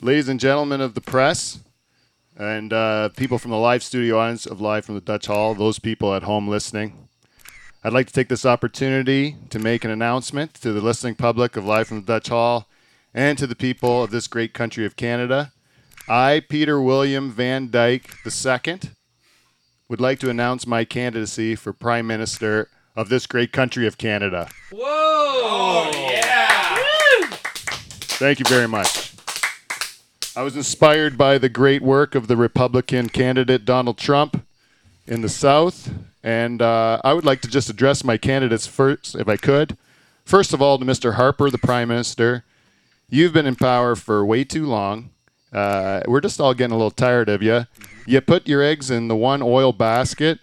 ladies and gentlemen of the press, and uh, people from the live studio audience of Live from the Dutch Hall, those people at home listening, I'd like to take this opportunity to make an announcement to the listening public of Live from the Dutch Hall and to the people of this great country of Canada. I, Peter William Van Dyke II, would like to announce my candidacy for Prime Minister of this great country of Canada. Whoa! Oh, yeah! Thank you very much. I was inspired by the great work of the Republican candidate Donald Trump in the South, and uh, I would like to just address my candidates first, if I could. First of all, to Mr. Harper, the Prime Minister, you've been in power for way too long. Uh, we're just all getting a little tired of you. You put your eggs in the one oil basket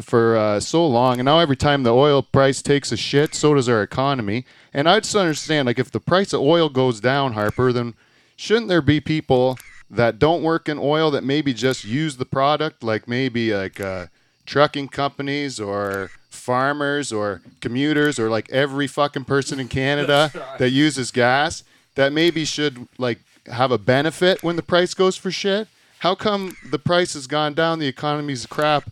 for uh, so long, and now every time the oil price takes a shit, so does our economy. And I just understand, like, if the price of oil goes down, Harper, then shouldn't there be people that don't work in oil that maybe just use the product, like maybe like uh, trucking companies or farmers or commuters or like every fucking person in Canada that uses gas that maybe should like have a benefit when the price goes for shit? How come the price has gone down, the economy's crap,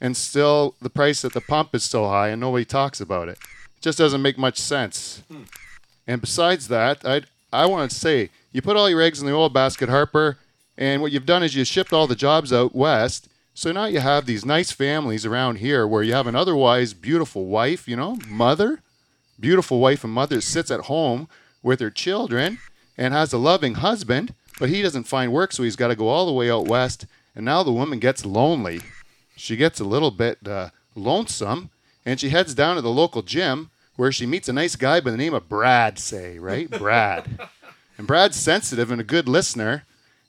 and still the price at the pump is so high and nobody talks about it? It just doesn't make much sense. And besides that, I I want to say you put all your eggs in the oil basket, Harper, and what you've done is you shipped all the jobs out west. So now you have these nice families around here where you have an otherwise beautiful wife, you know, mother, beautiful wife and mother sits at home with her children and has a loving husband, but he doesn't find work, so he's got to go all the way out west. And now the woman gets lonely. She gets a little bit uh, lonesome, and she heads down to the local gym where she meets a nice guy by the name of Brad, say, right? Brad. and Brad's sensitive and a good listener.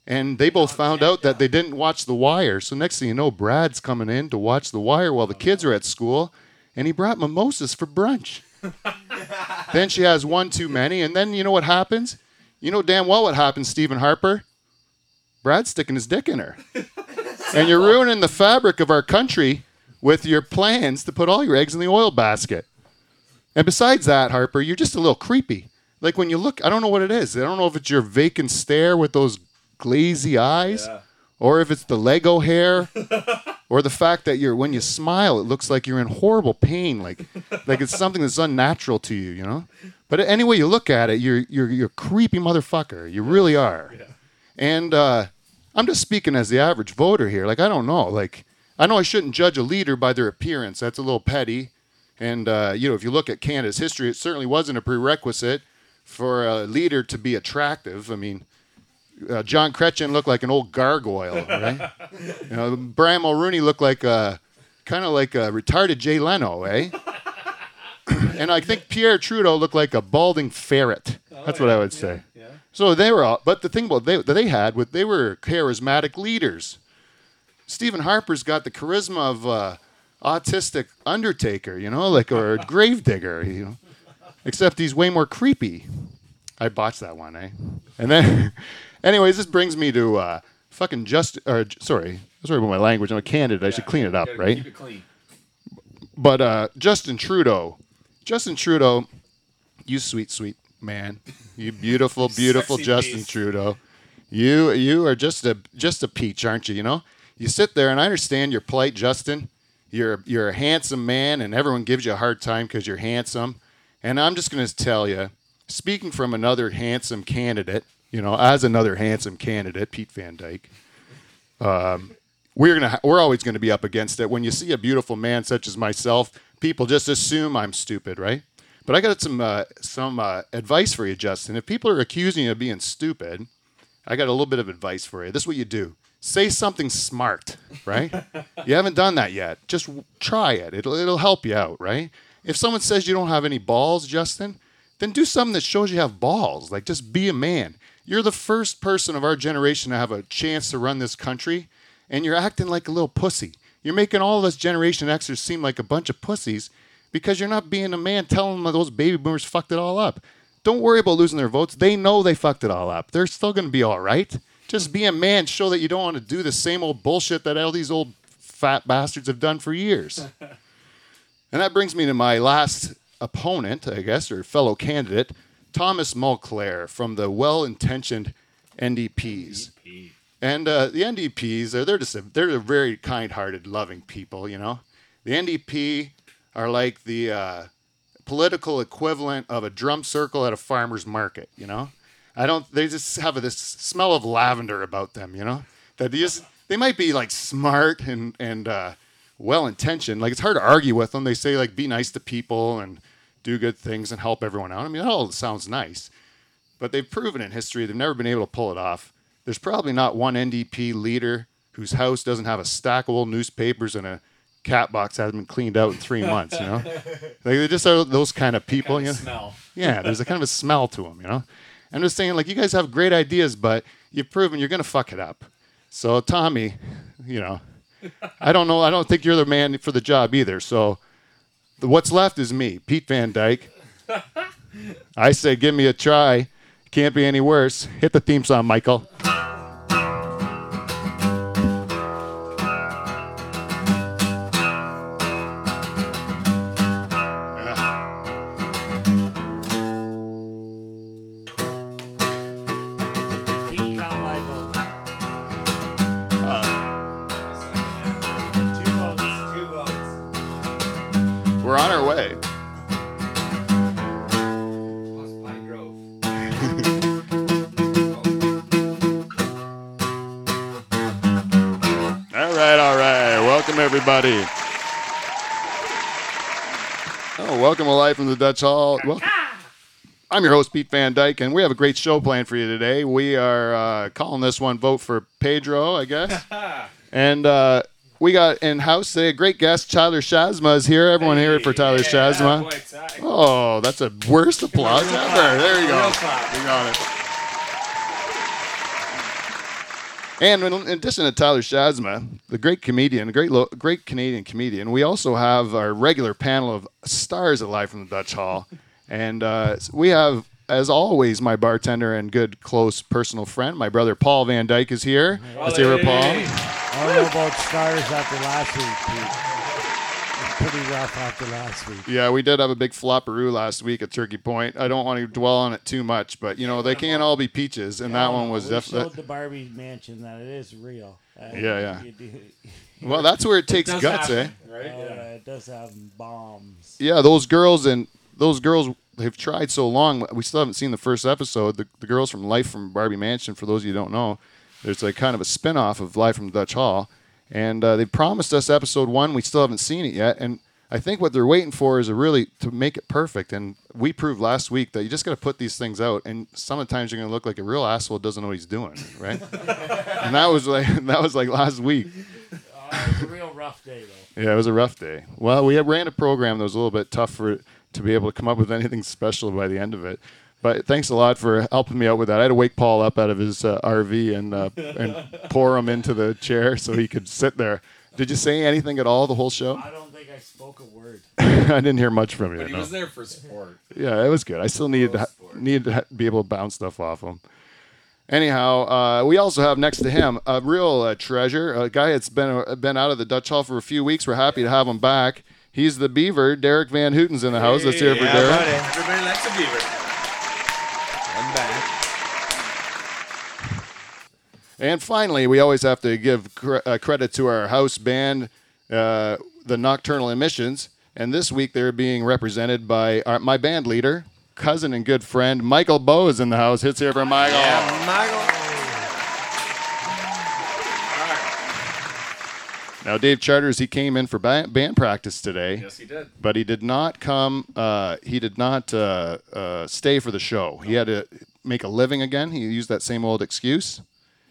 And they both found out that they didn't watch The Wire. So next thing you know, Brad's coming in to watch The Wire while the kids are at school, and he brought mimosas for brunch. then she has one too many, and then you know what happens? You know damn well what happens, Stephen Harper. Brad's sticking his dick in her. and you're ruining the fabric of our country with your plans to put all your eggs in the oil basket. And besides that, Harper, you're just a little creepy. Like when you look, I don't know what it is. I don't know if it's your vacant stare with those glazy eyes, or if it's the Lego hair, or the fact that you're when you smile, it looks like you're in horrible pain, like like it's something that's unnatural to you, you know. But any way you look at it, you're you're you're a creepy motherfucker. You really are. And uh, I'm just speaking as the average voter here. Like I don't know. Like I know I shouldn't judge a leader by their appearance. That's a little petty. And uh, you know, if you look at Canada's history, it certainly wasn't a prerequisite for a leader to be attractive. I mean, uh, John Kretchen looked like an old gargoyle, right? you know, Brian Mulrooney looked like a kind of like a retarded Jay Leno, eh? and I think Pierre Trudeau looked like a balding ferret. That's what I would say. So they were all, but the thing about they, that they had with they were charismatic leaders. Stephen Harper's got the charisma of uh, autistic undertaker, you know, like or gravedigger, you know. Except he's way more creepy. I botched that one, eh? And then, anyways, this brings me to uh, fucking just or j- sorry, sorry about my language. I'm a candidate. I should clean it up, Gotta right? Keep it clean. But uh, Justin Trudeau, Justin Trudeau, you sweet sweet man, you beautiful beautiful Sexy Justin beast. Trudeau, you you are just a just a peach, aren't you? You know, you sit there and I understand your plight, Justin. You're you're a handsome man, and everyone gives you a hard time because you're handsome. And I'm just gonna tell you, speaking from another handsome candidate, you know, as another handsome candidate, Pete Van Dyke we're gonna we're always gonna be up against it. When you see a beautiful man such as myself, people just assume I'm stupid, right? But I got some uh, some uh, advice for you, Justin. If people are accusing you of being stupid, I got a little bit of advice for you. This is what you do: say something smart, right? you haven't done that yet. Just w- try it. It'll it'll help you out, right? If someone says you don't have any balls, Justin, then do something that shows you have balls. Like just be a man. You're the first person of our generation to have a chance to run this country, and you're acting like a little pussy. You're making all of us Generation Xers seem like a bunch of pussies because you're not being a man telling them those baby boomers fucked it all up. Don't worry about losing their votes. They know they fucked it all up. They're still going to be all right. Just be a man. Show that you don't want to do the same old bullshit that all these old fat bastards have done for years. And that brings me to my last opponent, I guess, or fellow candidate, Thomas Mulclair from the well intentioned NDPs. And uh, the NDPs, they're, they're just a, they're a very kind-hearted, loving people, you know. The NDP are like the uh, political equivalent of a drum circle at a farmer's market, you know. I don't. They just have this smell of lavender about them, you know. That they just they might be like smart and and uh, well intentioned. Like it's hard to argue with them. They say like be nice to people and do good things and help everyone out. I mean, that all sounds nice but they've proven in history they've never been able to pull it off. There's probably not one NDP leader whose house doesn't have a stack of old newspapers and a cat box that hasn't been cleaned out in three months. You know, like they just are those kind of people. you know, Smell. yeah, there's a kind of a smell to them. You know, I'm just saying like you guys have great ideas, but you've proven you're gonna fuck it up. So Tommy, you know, I don't know. I don't think you're the man for the job either. So the, what's left is me, Pete Van Dyke. I say, give me a try. Can't be any worse. Hit the theme song, Michael. Pete Count Michael. Two votes. Two votes. We're on our way. Plus Pine Grove. All right, all right. Welcome, everybody. Oh, welcome to Life from the Dutch Hall. Well, I'm your host, Pete Van Dyke, and we have a great show planned for you today. We are uh, calling this one Vote for Pedro, I guess. and uh, we got in house today a great guest, Tyler Shazma, is here. Everyone here for Tyler yeah, Shazma. boy, Ty. Oh, that's the worst applause Real ever. clap. There you go. Real clap. We got it. And in in addition to Tyler Shazma, the great comedian, the great lo- great Canadian comedian, we also have our regular panel of stars at Live from the Dutch Hall, and uh, we have, as always, my bartender and good close personal friend, my brother Paul Van Dyke is here. Let's hear it, Paul. I don't know about stars after last week, Pete. Pretty rough after last week. Yeah, we did have a big flopperoo last week at Turkey Point. I don't want to dwell on it too much, but you know they can't all be peaches, and that one was we definitely. showed the Barbie mansion that it is real. Uh, Yeah, yeah. you do- Well, that's where it takes Does guts, eh? happen, Right? oh, yeah, it does have bombs. Yeah, those girls and those girls have tried so long. We still haven't seen the first episode. The, the girls from Life from Barbie Mansion, for those of you who don't know, there's like kind of a spin off of Life from Dutch Hall. And uh, they promised us episode one. We still haven't seen it yet. And I think what they're waiting for is a really to make it perfect. And we proved last week that you just got to put these things out. And sometimes you're going to look like a real asshole that doesn't know what he's doing, right? and that was like that was like last week. Oh, it's a real rough day though. Yeah, it was a rough day. Well, we had ran a program that was a little bit tough for to be able to come up with anything special by the end of it. But thanks a lot for helping me out with that. I had to wake Paul up out of his uh, RV and uh, and pour him into the chair so he could sit there. Did you say anything at all the whole show? I don't think I spoke a word. I didn't hear much from you. But he no. was there for support. Yeah, it was good. I still needed to, ha- needed to ha- be able to bounce stuff off him. Anyhow, uh, we also have next to him a real uh, treasure, a guy that's been uh, been out of the Dutch Hall for a few weeks. We're happy to have him back. He's the Beaver, Derek Van Hooten's in the house. Let's hear it for Derek. Everybody likes a beaver. I'm back. And finally, we always have to give cre- uh, credit to our house band, uh, the Nocturnal Emissions. And this week they're being represented by our, my band leader, cousin, and good friend Michael Bowe is in the house. Hits here for Michael. Now, Dave Charters, he came in for ba- band practice today, Yes, he did. but he did not come. Uh, he did not uh, uh, stay for the show. He had to make a living again. He used that same old excuse,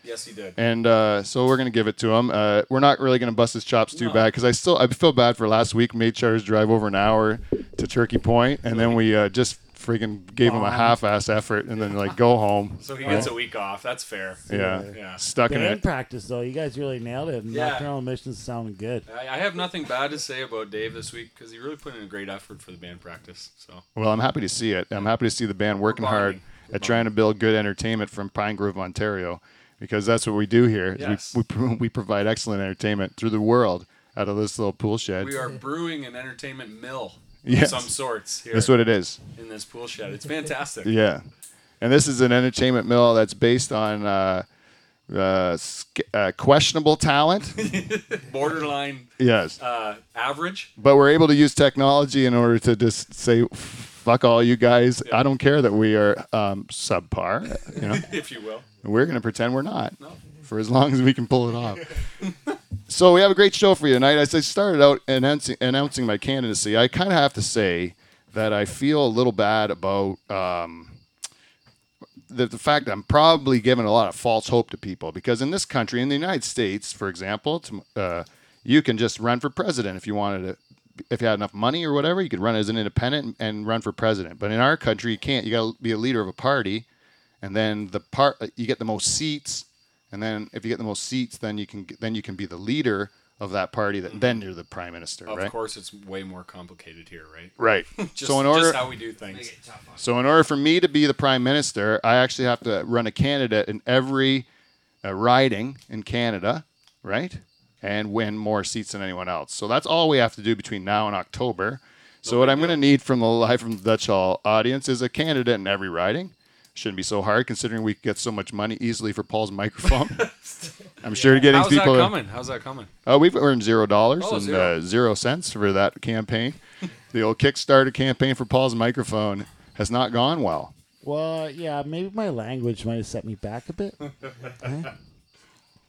Yes, he did. and uh, so we're gonna give it to him. Uh, we're not really gonna bust his chops too bad because I still I feel bad for last week. Made Charters drive over an hour to Turkey Point, and then we uh, just freaking gave him a half-ass effort, and then like go home. So he gets a week off. That's fair. Yeah, Yeah. stuck in Band it. practice though, you guys really nailed it. Yeah. Nocturnal emissions sounded good. I, I have nothing bad to say about Dave this week because he really put in a great effort for the band practice. So Well, I'm happy to see it. I'm happy to see the band working bonding. hard at trying to build good entertainment from Pine Grove, Ontario, because that's what we do here. is Yes. We, we, pro- we provide excellent entertainment through the world out of this little pool shed. we are brewing an entertainment mill of Yes. some sorts here That's what it is. in this pool shed. It's fantastic. Yeah. And this is an entertainment mill that's based on uh, uh, sk- uh, questionable talent. Borderline yes. uh, average. But we're able to use technology in order to just say, fuck all you guys. I don't care that we are um, subpar. You know? if you will. We're going to pretend we're not No. for as long as we can pull it off. so we have a great show for you tonight. As I started out announcing, announcing my candidacy, I kind of have to say that I feel a little bad about um, the, the fact that I'm probably giving a lot of false hope to people because in this country, in the United States, for example, tom- uh, you can just run for president if you wanted to. If you had enough money or whatever, you could run as an independent and run for president. But in our country, you can't. You got to be a leader of a party, and then the part uh, you get the most seats, and then if you get the most seats, then you can then you can be the leader of that party. That then you're the prime minister, Of right? course, it's way more complicated here, right? Right. Just, so in order, just how we do things. so in order for me to be the prime minister, I actually have to run a candidate in every uh, riding in Canada, right? And win more seats than anyone else. So that's all we have to do between now and October. So what I'm going to need from the live from the Dutch Hall audience is a candidate in every riding. Shouldn't be so hard considering we get so much money easily for Paul's microphone. I'm sure getting How's that people. coming? How's that coming? Uh, we've earned zero dollars Oh, and zero. Uh, zero cents for that campaign. the old Kickstarter campaign for Paul's microphone has not gone well. Well, yeah, maybe my language might have set me back a bit.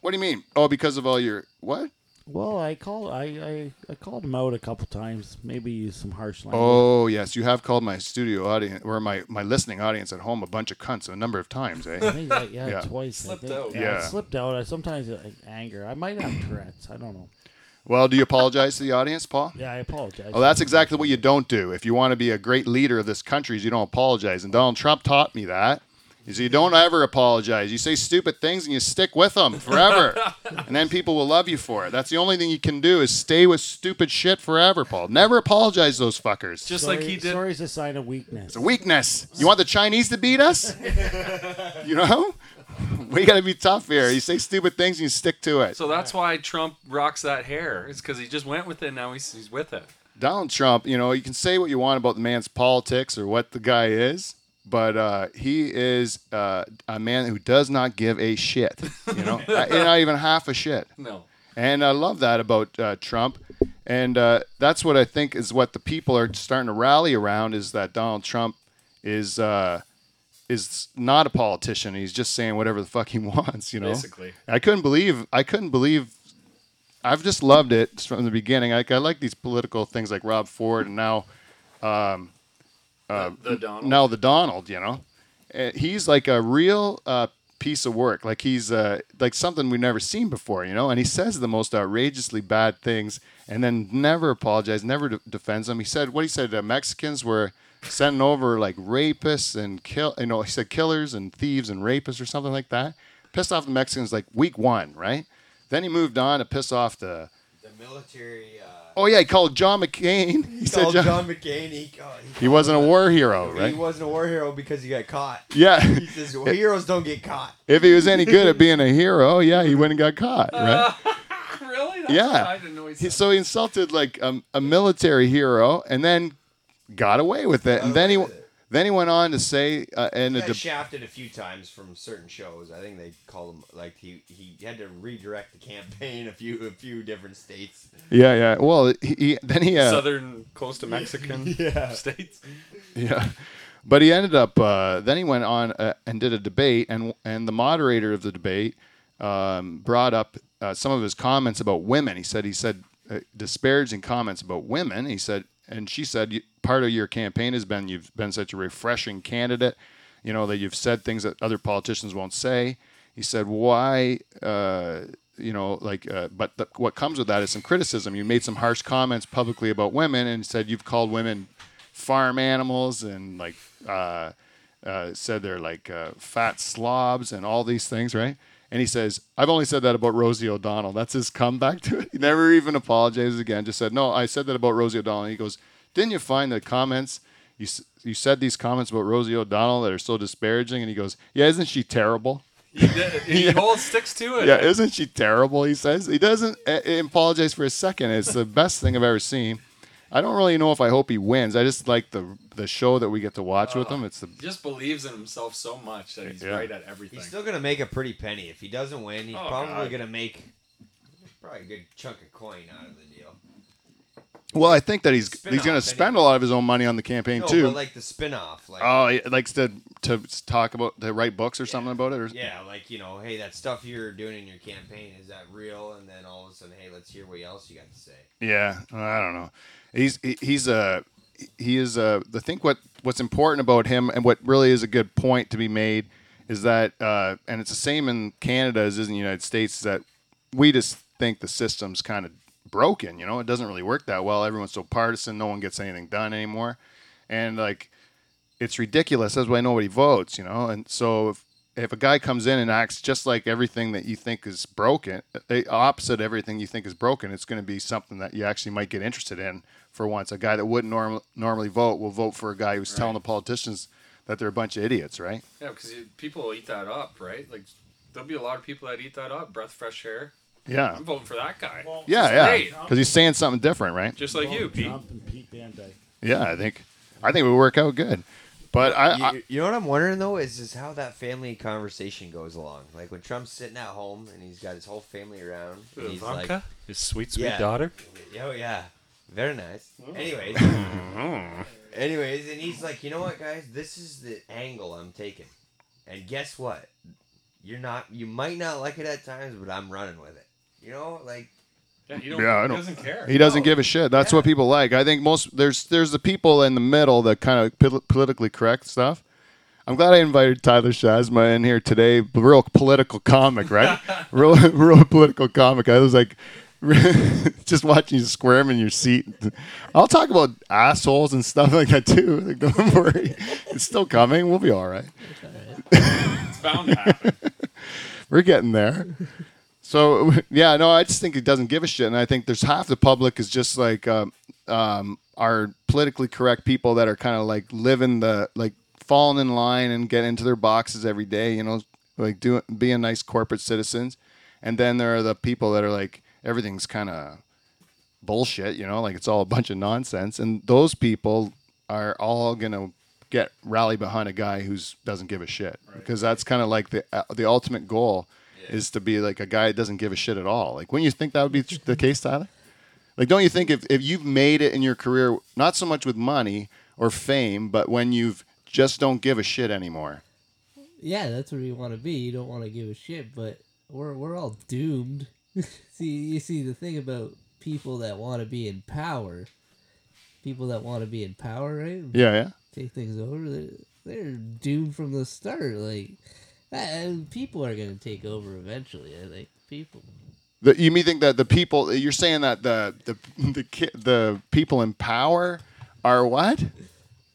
What do you mean? Oh, because of all your what? Well, I called I, I, I called him out a couple times. Maybe used some harsh language. Oh, yes, you have called my studio audience or my, my listening audience at home a bunch of cunts a number of times, I eh? think that- yeah, Yeah. twice. I Slipped think. out. Yeah, it Yeah. slipped out. I sometimes uh, like anger. I might have Tourette's. I don't know. well, do you apologize to the audience, Paul? Yeah, I apologize. Well, Oh, that's exactly what you don't do. If you want to be a great leader of this country, is you don't apologize. And Donald Trump taught me that. Is you don't ever apologize. You say stupid things and you stick with them forever, and then people will love you for it. That's the only thing you can do is stay with stupid shit forever, Paul. Never apologize to those fuckers. Just Sorry, like he did. Sorry's a sign of weakness. it's a weakness. You want the Chinese to beat us? you know, we got to be tough here. You say stupid things and you stick to it. So that's why Trump rocks that hair. It's because he just went with it. Now he's, he's with it. Donald Trump, you know, you can say what you want about the man's politics or what the guy is, but uh, he is uh, a man who does not give a shit, you know, Uh, and not even half a shit. No. And I love that about uh, Trump. And uh, that's what I think is what the people are starting to rally around is that Donald Trump is uh, is not a politician. He's just saying whatever the fuck he wants, you know. Basically. I couldn't believe I couldn't believe I've just loved it from the beginning. Like I like these political things like Rob Ford and now Uh, the, the Donald. now the Donald, you know, Uh, he's like a real uh, piece of work. Like he's uh, like something we've never seen before, you know. And he says the most outrageously bad things, and then never apologizes, never de- defends them. He said what he said. Uh, Mexicans were sending over like rapists and kill. You know, he said killers and thieves and rapists or something like that. Pissed off the Mexicans like week one, right? Then he moved on to piss off the. The military. Uh, Oh yeah, he called John McCain. He said called John, John McCain. He, called, he, he wasn't a war hero, he right? wasn't a war hero because he got caught. Yeah. He says heroes don't get caught. if he was any good at being a hero, yeah, he wouldn't got caught, Uh. right? Really? That's Yeah. what I didn't know He- he said. so he insulted like um, a military hero, and then got away with it. And then he away with it. then he went on to say uh, in He a got deb- shafted a few times from certain shows. I think they called him like he he had to redirect the campaign a few a few different states. yeah yeah well he, he then he uh, Southern close to Mexican states. yeah. But he ended up. Uh, then he went on uh, and did a debate, and and the moderator of the debate um, brought up uh, some of his comments about women. He said he said uh, disparaging comments about women. He said, and she said, "You- part of your campaign has been you've been such a refreshing candidate. You know that you've said things that other politicians won't say. He said, why? Uh, you know, like, uh, but the, what comes with that is some criticism. You made some harsh comments publicly about women, and said you've called women farm animals and like uh, uh, said they're like uh, fat slobs and all these things, right? And he says, I've only said that about Rosie O'Donnell. That's his comeback to it. He never even apologizes again. Just said, No, I said that about Rosie O'Donnell. And he goes, Didn't you find the comments? You, s- you said these comments about Rosie O'Donnell that are so disparaging. And he goes, Yeah, isn't she terrible? He, did- he holds sticks to it. Yeah, isn't eh, she terrible? He says he doesn't uh, apologize for a second. It's the best thing I've ever seen. I don't really know if I hope he wins. I just like the the show that we get to watch with him. It's the He just believes in himself so much that he's Yeah. right at everything. He's still gonna make a pretty penny if he doesn't win. He's Oh, probably God. gonna make probably a good chunk of coin out of the deal. well, I think that he's he's Spin-off, going to spend a lot of his own money on the campaign No, too. but like the spin-off, like oh, he likes to to talk about to write books or something about it. Or, yeah, like you know, hey, that stuff you're doing in your campaign is that real? And then all of a sudden, hey, let's hear what else you got to say. Yeah, I don't know. He's he- he's a he is a. I think what what's important about him and what really is a good point to be made is that uh, and it's the same in Canada as it is in the United States is that we just think the system's kind of broken. You know, it doesn't really work that well. Everyone's so partisan. No one gets anything done anymore, and like it's ridiculous. That's why nobody votes, you know. And so if if a guy comes in and acts just like everything that you think is broken, eh, opposite everything you think is broken, it's going to be something that you actually might get interested in for once. A guy that wouldn't norm- normally vote will vote for a guy who's telling the politicians that they're a bunch of idiots, right? Yeah, because people will eat that up, right? Like, there'll be a lot of people that eat that up. Breath, fresh air. Yeah. I'm voting for that guy, Well, Yeah, yeah. great. Because he's saying something different, right? just like you, Donald Pete. Trump and Pete Van Dyke. Yeah, I think I think it would work out good. But I, You, I you- you know what I'm wondering though is is how that family conversation goes along. Like when Trump's sitting at home and he's got his whole family around. And he's like, his sweet, sweet Yeah. daughter? oh yeah, very nice. Anyways, anyways, and he's like, you know what, guys, this is the angle I'm taking, and guess what? You're not. You might not like it at times, but I'm running with it. You know, like Yeah, you don't, Yeah, I he don't- doesn't care. He doesn't No. give a shit. That's what people like. I think most there's there's the people in the middle that kind of pol- politically correct stuff. I'm glad I invited Tyler Shazma in here today. Real political comic, right? real real political comic. I was like just watching you squirm in your seat. I'll talk about assholes and stuff like that too. Like, don't worry, it's still coming. We'll be all right. It's bound to happen. We're getting there. So yeah, no, I just think it doesn't give a shit, and I think there's half the public is just like um, um, are politically correct people that are kind of like living the like falling in line and getting into their boxes every day, you know, like doing being nice corporate citizens, and then there are the people that are like everything's kind of bullshit, you know, like it's all a bunch of nonsense, and those people are all gonna get rally behind a guy who doesn't give a shit because that's kind of like the uh, the ultimate goal is to be like a guy that doesn't give a shit at all. Like, wouldn't you think that would be the case, Tyler? Like, don't you think if, if you've made it in your career, not so much with money or fame, but when you've just don't give a shit anymore? yeah, that's where you want to be. You don't want to give a shit, but we're we're all doomed. see, you see the thing about people that want to be in power, people that want to be in power, right? Yeah, yeah. Take things over. They're, they're doomed from the start. Like, uh, and people are gonna take over eventually. I think people. The, you mean think that the people you're saying that the the the ki- the people in power are what?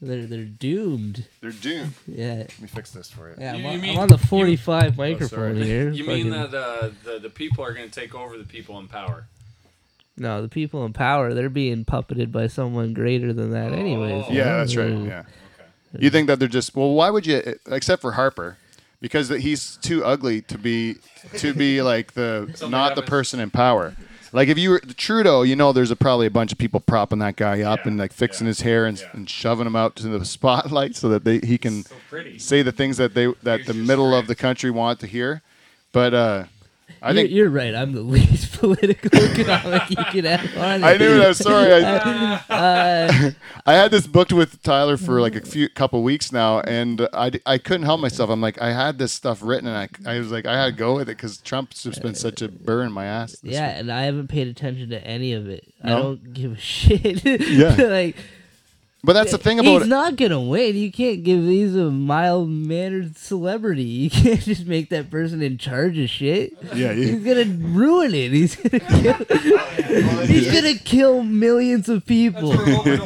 They're they're doomed. They're doomed. Yeah, Let me fix this for you. yeah. I'm, You- on, you I'm mean- on the 45 sorry. microphone here. You mean Fucking- that uh, the the people are going to take over the people in power? No, the people in power, they're being puppeted by someone greater than Oh. that, anyways. you Yeah, know? that's right. Mm. Yeah. You think that they're just well? Why would you? Except for Harper, because that he's too ugly to be to be like the not the happens. person in power. Like if you were Trudeau, you know, there's a, probably a bunch of people propping that guy up Yeah, and like fixing yeah, his hair and, yeah. and shoving him out to the spotlight so that they he can So pretty. say the things that they that He's the just middle of great. the country want to hear. But uh, I You're, think you're right. I'm the least political comic you could have on. I it. knew it. I'm sorry. I, Uh, I had this booked with Tyler for like a few couple weeks now, and I, I couldn't help myself. I'm like, I had this stuff written, and I, I was like, I had to go with it because Trump's just been such a burr in my ass. this yeah, week. and I haven't paid attention to any of it. I No? don't give a shit. Yeah. like But that's the thing he's about it. not gonna win. You can't give he's a mild mannered celebrity. You can't just make that person in charge of shit. Yeah, He's you, gonna ruin it. He's gonna kill, he's gonna kill millions of people.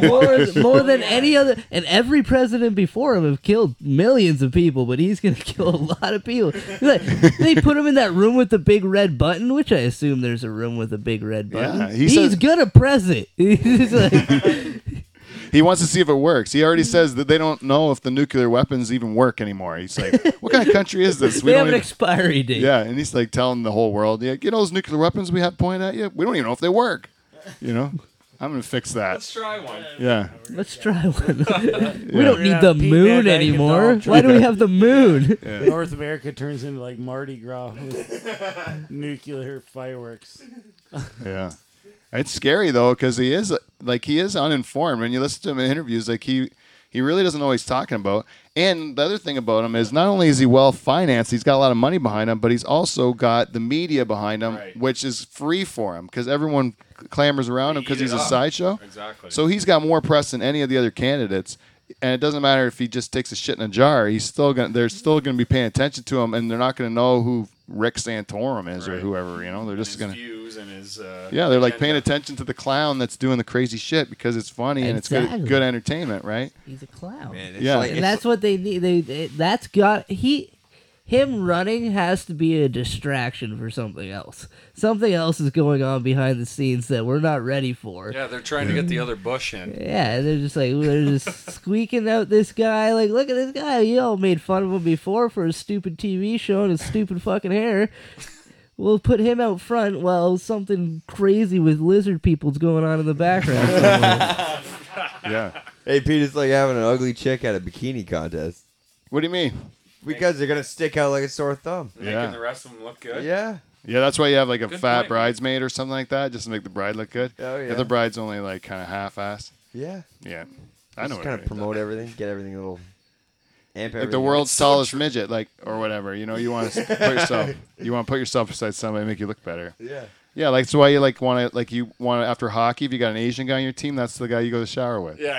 more, more than any other and every president before him have killed millions of people but he's gonna kill a lot of people Look, they put him in that room with the big red button which i assume there's a room with a big red button Yeah, he he's says- gonna press it He's like- he wants to see if it works. He already says that they don't know if the nuclear weapons even work anymore. He's like, what kind of country is this? they have don't an even, expiry date yeah, and he's like telling the whole world, yeah, you know those nuclear weapons we have pointed at you? We don't even know if they work. You know? I'm gonna fix that. Let's try one. Yeah. Let's try one. we Yeah. don't You're need not the a peanut egg moon anymore. idolatry. Why do we have the moon? North America turns into like Mardi Gras with nuclear fireworks. Yeah. It's scary though, because he is like he is uninformed. When you listen to him in interviews, like he he really doesn't know what he's talking about. And the other thing about him is not only is he well financed, he's got a lot of money behind him, but he's also got the media behind him, Right. which is free for him because everyone clamors around him They because eat he's it a up. sideshow. Exactly. So he's got more press than any of the other candidates. And it doesn't matter if he just takes a shit in a jar. He's still gonna. They're still gonna be paying attention to him, and they're not gonna know who Rick Santorum is or Right. whoever. You know, they're And just his gonna. views and his. Uh, Yeah, they're like paying agenda. attention to the clown that's doing the crazy shit because it's funny and it's good, Exactly. good entertainment, right? He's a clown. Man, it's Yeah. like, And it's that's what they need. They, they that's got he him running has to be a distraction for something else. Something else is going on behind the scenes that we're not ready for. Yeah, Yeah, they're trying to get the other Bush in. and they're just like they're just squeaking out this guy. Like, look at this guy. You all made fun of him before for his stupid TV show and his stupid fucking hair. We'll put him out front while something crazy with lizard people's going on in the background. somewhere. Yeah. Hey, Pete, it's like having an ugly chick at a bikini contest What do you mean? because they're gonna stick out like a sore thumb. Yeah. Making the rest of them look good. Yeah. Yeah, that's why you have like a Good fat point. bridesmaid or something like that, just to make the bride look good. Oh, If yeah. the bride's only like kind of half-assed. Yeah. Yeah, I know. Just what kind I of mean. promote everything, get everything a little like amp. the everything world's tallest midget, like or whatever. You know, you want to put yourself, you want to put yourself beside somebody, and make you look better. up. Yeah. Yeah, like that's why you like want to like you want to after hockey. If you got an Asian guy on your team, that's the guy you go to the shower with. Yeah,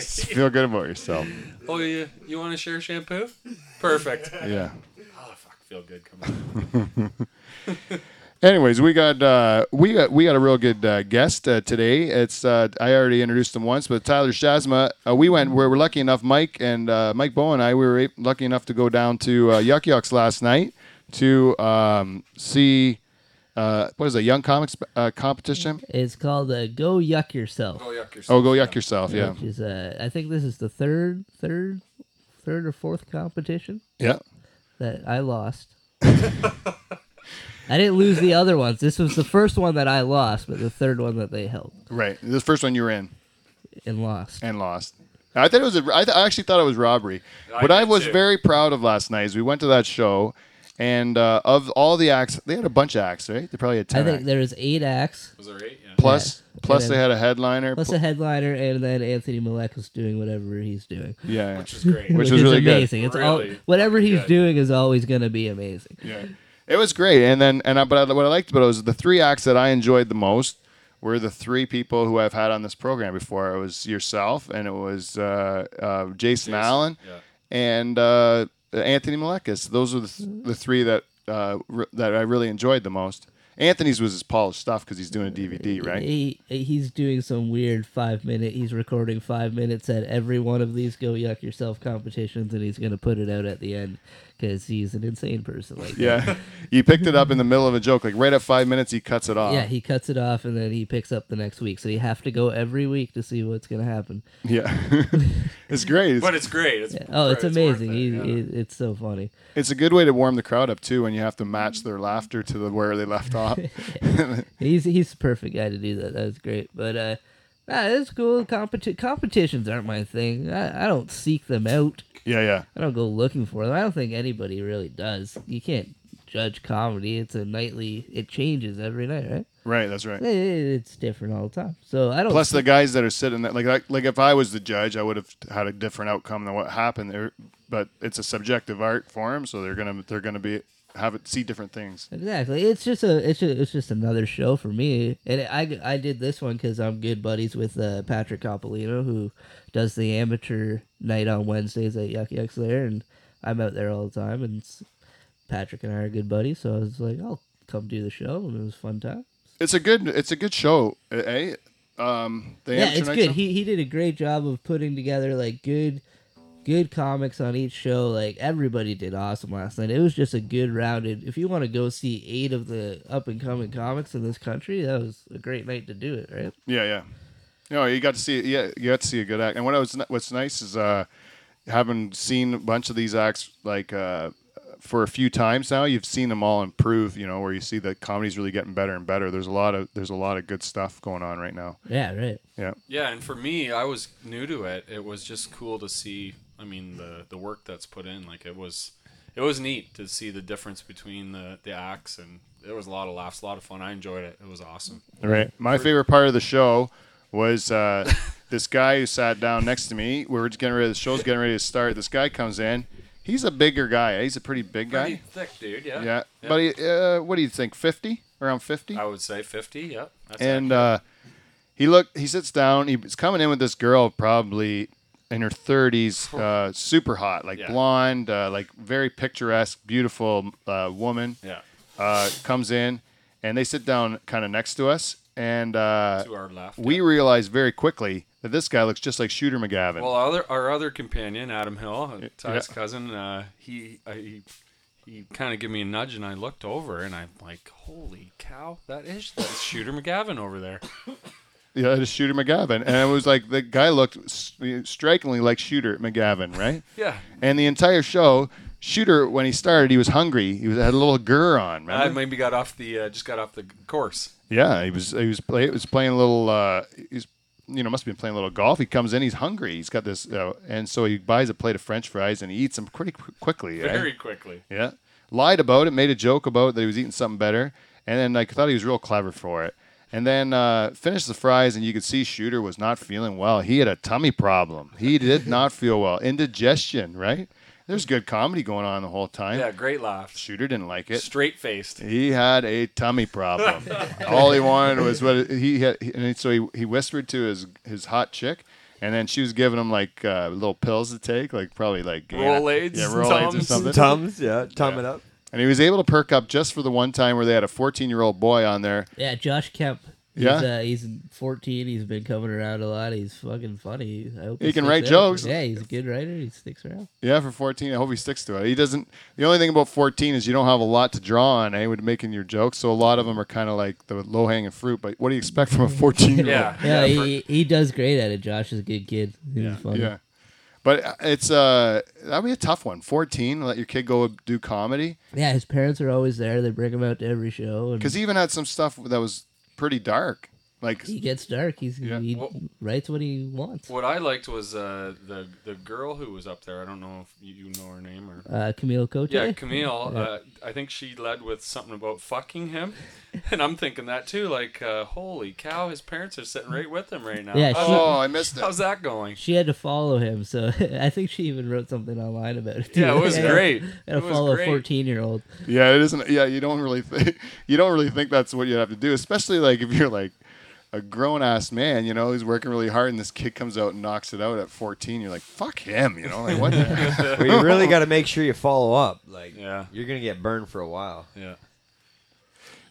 Feel good about yourself. oh, you, you want to share shampoo? Perfect. Yeah. Oh, fuck, feel good. Come on. Anyways, we got uh, we got we got a real good uh, guest uh, today. It's uh, I already introduced him once, but Tyler Shazma. Uh, we went. We were lucky enough, Mike and uh, Mike Bow and I. We were a- lucky enough to go down to uh, Yuck Yucks last night to um, see uh, what is it, Young Comics uh, competition? it's called uh, "Go Yuck Yourself." Go yuck yourself. Oh, go yuck yourself! Yeah, Which is, uh, I think this is the third, third, third or fourth competition yeah. that I lost. I didn't lose the other ones. This was the first one that I lost, but the third one that they held Right. The first one you were in and lost. and lost. I thought it was. A, I, th- I actually thought it was robbery. I what I did was too. very proud of last night is we went to that show, and uh, of all the acts, they had a bunch of acts, right? They probably had ten. I think acts. there was eight acts, Was there eight? Yeah. plus plus And they had then- a headliner plus pl- a headliner, and then Anthony Malek was doing whatever he's doing, yeah Which is great. Which was is really good. amazing. It's all Really whatever he's good. doing is always going to be amazing. yeah it was great and then and I, but I, what i liked about it was the three acts that i enjoyed the most were the three people who i've had on this program before it was yourself and it was uh, uh, jason, allen yeah. and uh, anthony malekis those were the, th- the three that uh, re- that i really enjoyed the most anthony's was his polished stuff because he's doing a dvd right He he's doing some weird five minute. He's recording five minutes at every one of these go yuck yourself competitions, and he's gonna put it out at the end because he's an insane person. Like that. yeah he picked it up in the middle of a joke like right at five minutes he cuts it off yeah. He cuts it off and then he picks up the next week. So you have to go every week to see what's gonna happen. yeah it's great It's But it's great. It's Oh, it's worth amazing. it, He- yeah. he- it's so funny. It's a good way to warm the crowd up too, when you have to match their laughter to the where they left off. He's he's the perfect guy to do that. That was great. But uh, nah, it's cool. Competi- competitions aren't my thing. I, I don't seek them out. yeah, yeah, I don't go looking for them. I don't think anybody really does. You can't judge comedy. It's a nightly. It changes every night, right? right. That's right. It- it- It's different all the time. So I don't. Plus the guys that are sitting there, like like, like if I was the judge, I would have had a different outcome than what happened there. But it's a subjective art form, so they're gonna they're gonna be have it see different things. exactly. It's just a. It's a, it's just another show for me. And I I did this one because I'm good buddies with uh, Patrick Coppolino, who does the amateur night on Wednesdays at Yuck Yucks there, and I'm out there all the time. And s- Patrick and I are good buddies, so I was like, I'll come do the show, and it was a fun time. It's a good it's a good show, eh? Um, the yeah, amateur it's night good. show? He he did a great job of putting together like good good comics on each show. Like everybody did awesome last night. It was just a good rounded. If you want to go see eight of the up and coming comics in this country, that was a great night to do it, right? Yeah, yeah. No, you got to see. Yeah, you got to see a good act. And what I was, what's nice is uh, having seen a bunch of these acts, like uh, for a few times now. You've seen them all improve. You know where you see that comedy's really getting better and better. There's a lot of there's a lot of good stuff going on right now. Yeah, right. Yeah, Yeah, and for me, I was new to it. It was just cool to see. I mean, the the work that's put in, like it was, it was neat to see the difference between the the acts, and there was a lot of laughs, a lot of fun. I enjoyed it. It was awesome. right. My favorite part of the show was uh, this guy who sat down next to me. We were just getting ready. The show's getting ready to start. This guy comes in. He's a bigger guy. He's a pretty big guy. Pretty thick, dude. Yeah. Yeah, but he, uh, what do you think? Fifty? Around fifty? I would say fifty. Yeah. That's and accurate. uh, he look he sits down he's coming in with this girl probably in her 30s uh, super hot like Yeah. blonde uh, like very picturesque beautiful uh, woman yeah, uh, comes in and they sit down kind of next to us and uh, to our left. we yeah. realize very quickly that this guy looks just like shooter mcgavin well, our other our other companion, Adam Hill, uh, Ty's yeah. cousin. Uh, he I, he he kind of gave me a nudge, and I looked over, and I'm like, "Holy cow, that is that's Shooter McGavin over there." yeah it is shooter mcgavin and it was like the guy looked s- strikingly like shooter mcgavin right Yeah. and the entire show shooter when he started he was hungry he was, had a little gur on remember? I maybe got off the uh, just got off the course. Yeah, he was he was play, he was playing a little. Uh, he's you know must have been playing a little golf. He comes in, he's hungry. He's got this, uh, and so he buys a plate of French fries and he eats them pretty qu- quickly. right? Very quickly. Yeah, lied about it, made a joke about that he was eating something better, and then like thought he was real clever for it. And then uh, finished the fries, and you could see Shooter was not feeling well. He had a tummy problem. He did not feel well. Indigestion, right? There's good comedy going on the whole time. Yeah, great laugh. Shooter didn't like it. Straight faced. He had a tummy problem. All he wanted was what he had, and so he, he whispered to his his hot chick, and then she was giving him like uh, little pills to take, like probably like Rolaids yeah, and Rolaids or Tums. something. Tums, yeah, Tom it up. And he was able to perk up just for the one time where they had a 14 year old boy on there. Yeah, Josh Kemp. He's, Yeah? uh, he's 14. He's been coming around a lot. He's fucking funny. I hope He can sticks write out. jokes. Yeah, he's a good writer. He sticks around. Yeah, for 14, I hope he sticks to it. He doesn't. The only thing about 14 is you don't have a lot to draw on, eh, with making your jokes. So a lot of them are kind of like the low hanging fruit. But what do you expect from a 14 year old? Yeah. Yeah, for- he, he does great at it. Josh is a good kid. He's funny. Yeah. But it's uh that'd be a tough one. Fourteen, let your kid go do comedy Yeah, his parents are always there. They bring him out to every show. And because he even had some stuff that was pretty dark. Like he gets dark. He's, Yeah. He Well- writes what he wants. What I liked was uh, the the girl who was up there. I don't know if you you know her name or Uh, Camille Cote. yeah, Camille. Uh, I think she led with something about fucking him, and I'm thinking that too. Like, uh, holy cow, his parents are sitting right with him right now. Yeah, How's- oh, I missed it. how's that going? she had to follow him, so I think she even wrote something online about it. Yeah, it was Had to- great. Had to It was follow great. a fourteen-year-old. Yeah, it isn't. Yeah, you don't really think you don't really think that's what you have to do, especially like if you're like a grown ass man. You know, he's working really hard, and this kid comes out and knocks it out at fourteen. You're like, fuck him. You know, like what? the- Well, you really got to make sure you follow up. Like, Yeah. you're gonna get burned for a while. Yeah,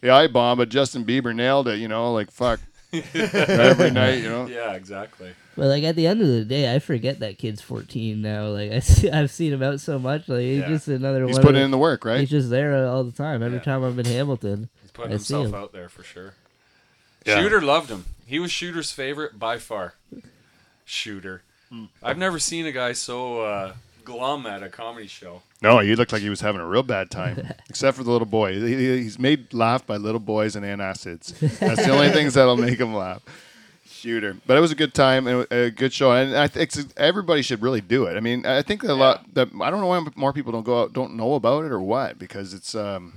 the eye bomb, but Justin Bieber nailed it. You know, like fuck every night. You know, yeah, exactly. But like at the end of the day, I forget that kid's fourteen now. Like I see, I've seen him out so much. Like he's Yeah. just another he's one. putting of- in the work, right? He's just there all the time. Every Yeah. time I'm in Hamilton, He's putting I see himself him. out there for sure. Yeah. Shooter loved him. He was Shooter's favorite by far. Shooter. Hmm. I've never seen a guy so uh, glum at a comedy show. No, he looked like he was having a real bad time, except for the little boy. He- he- He's made laugh by little boys and antacids. That's the only things that'll make him laugh. Shooter, but it was a good time and a good show, and I think everybody should really do it. I mean, I think a lot that I don't know why more people don't go out, don't know about it or what, because it's um,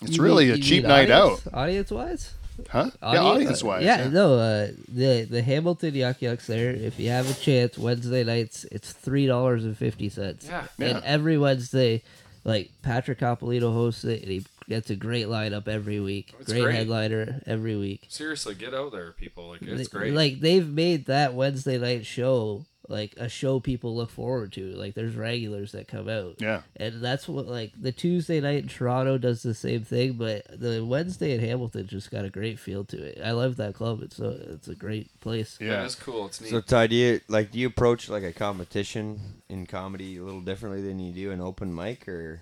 it's You really mean- a you cheap mean night audience- Audience-wise. out, huh? yeah, audience wise. Yeah, no, uh, the the Hamilton Yuck Yucks there. If you have a chance, Wednesday nights it's three dollars and fifty cents. Yeah. Yeah. and every Wednesday, like Patrick Coppolito hosts it, and he gets a great lineup every week. It's Great, great. headliner every week. Seriously, get out there, people. Like it's They- great. Like they've made that Wednesday night show like a show people look forward to. Like there's regulars that come out. Yeah. And that's what like the Tuesday night in Toronto does the same thing, but the Wednesday at Hamilton just got a great feel to it. I love that club. It's a it's a great place. Yeah. That is cool. It's neat. So, Ty, do you like do you approach like a competition in comedy a little differently than you do an open mic, or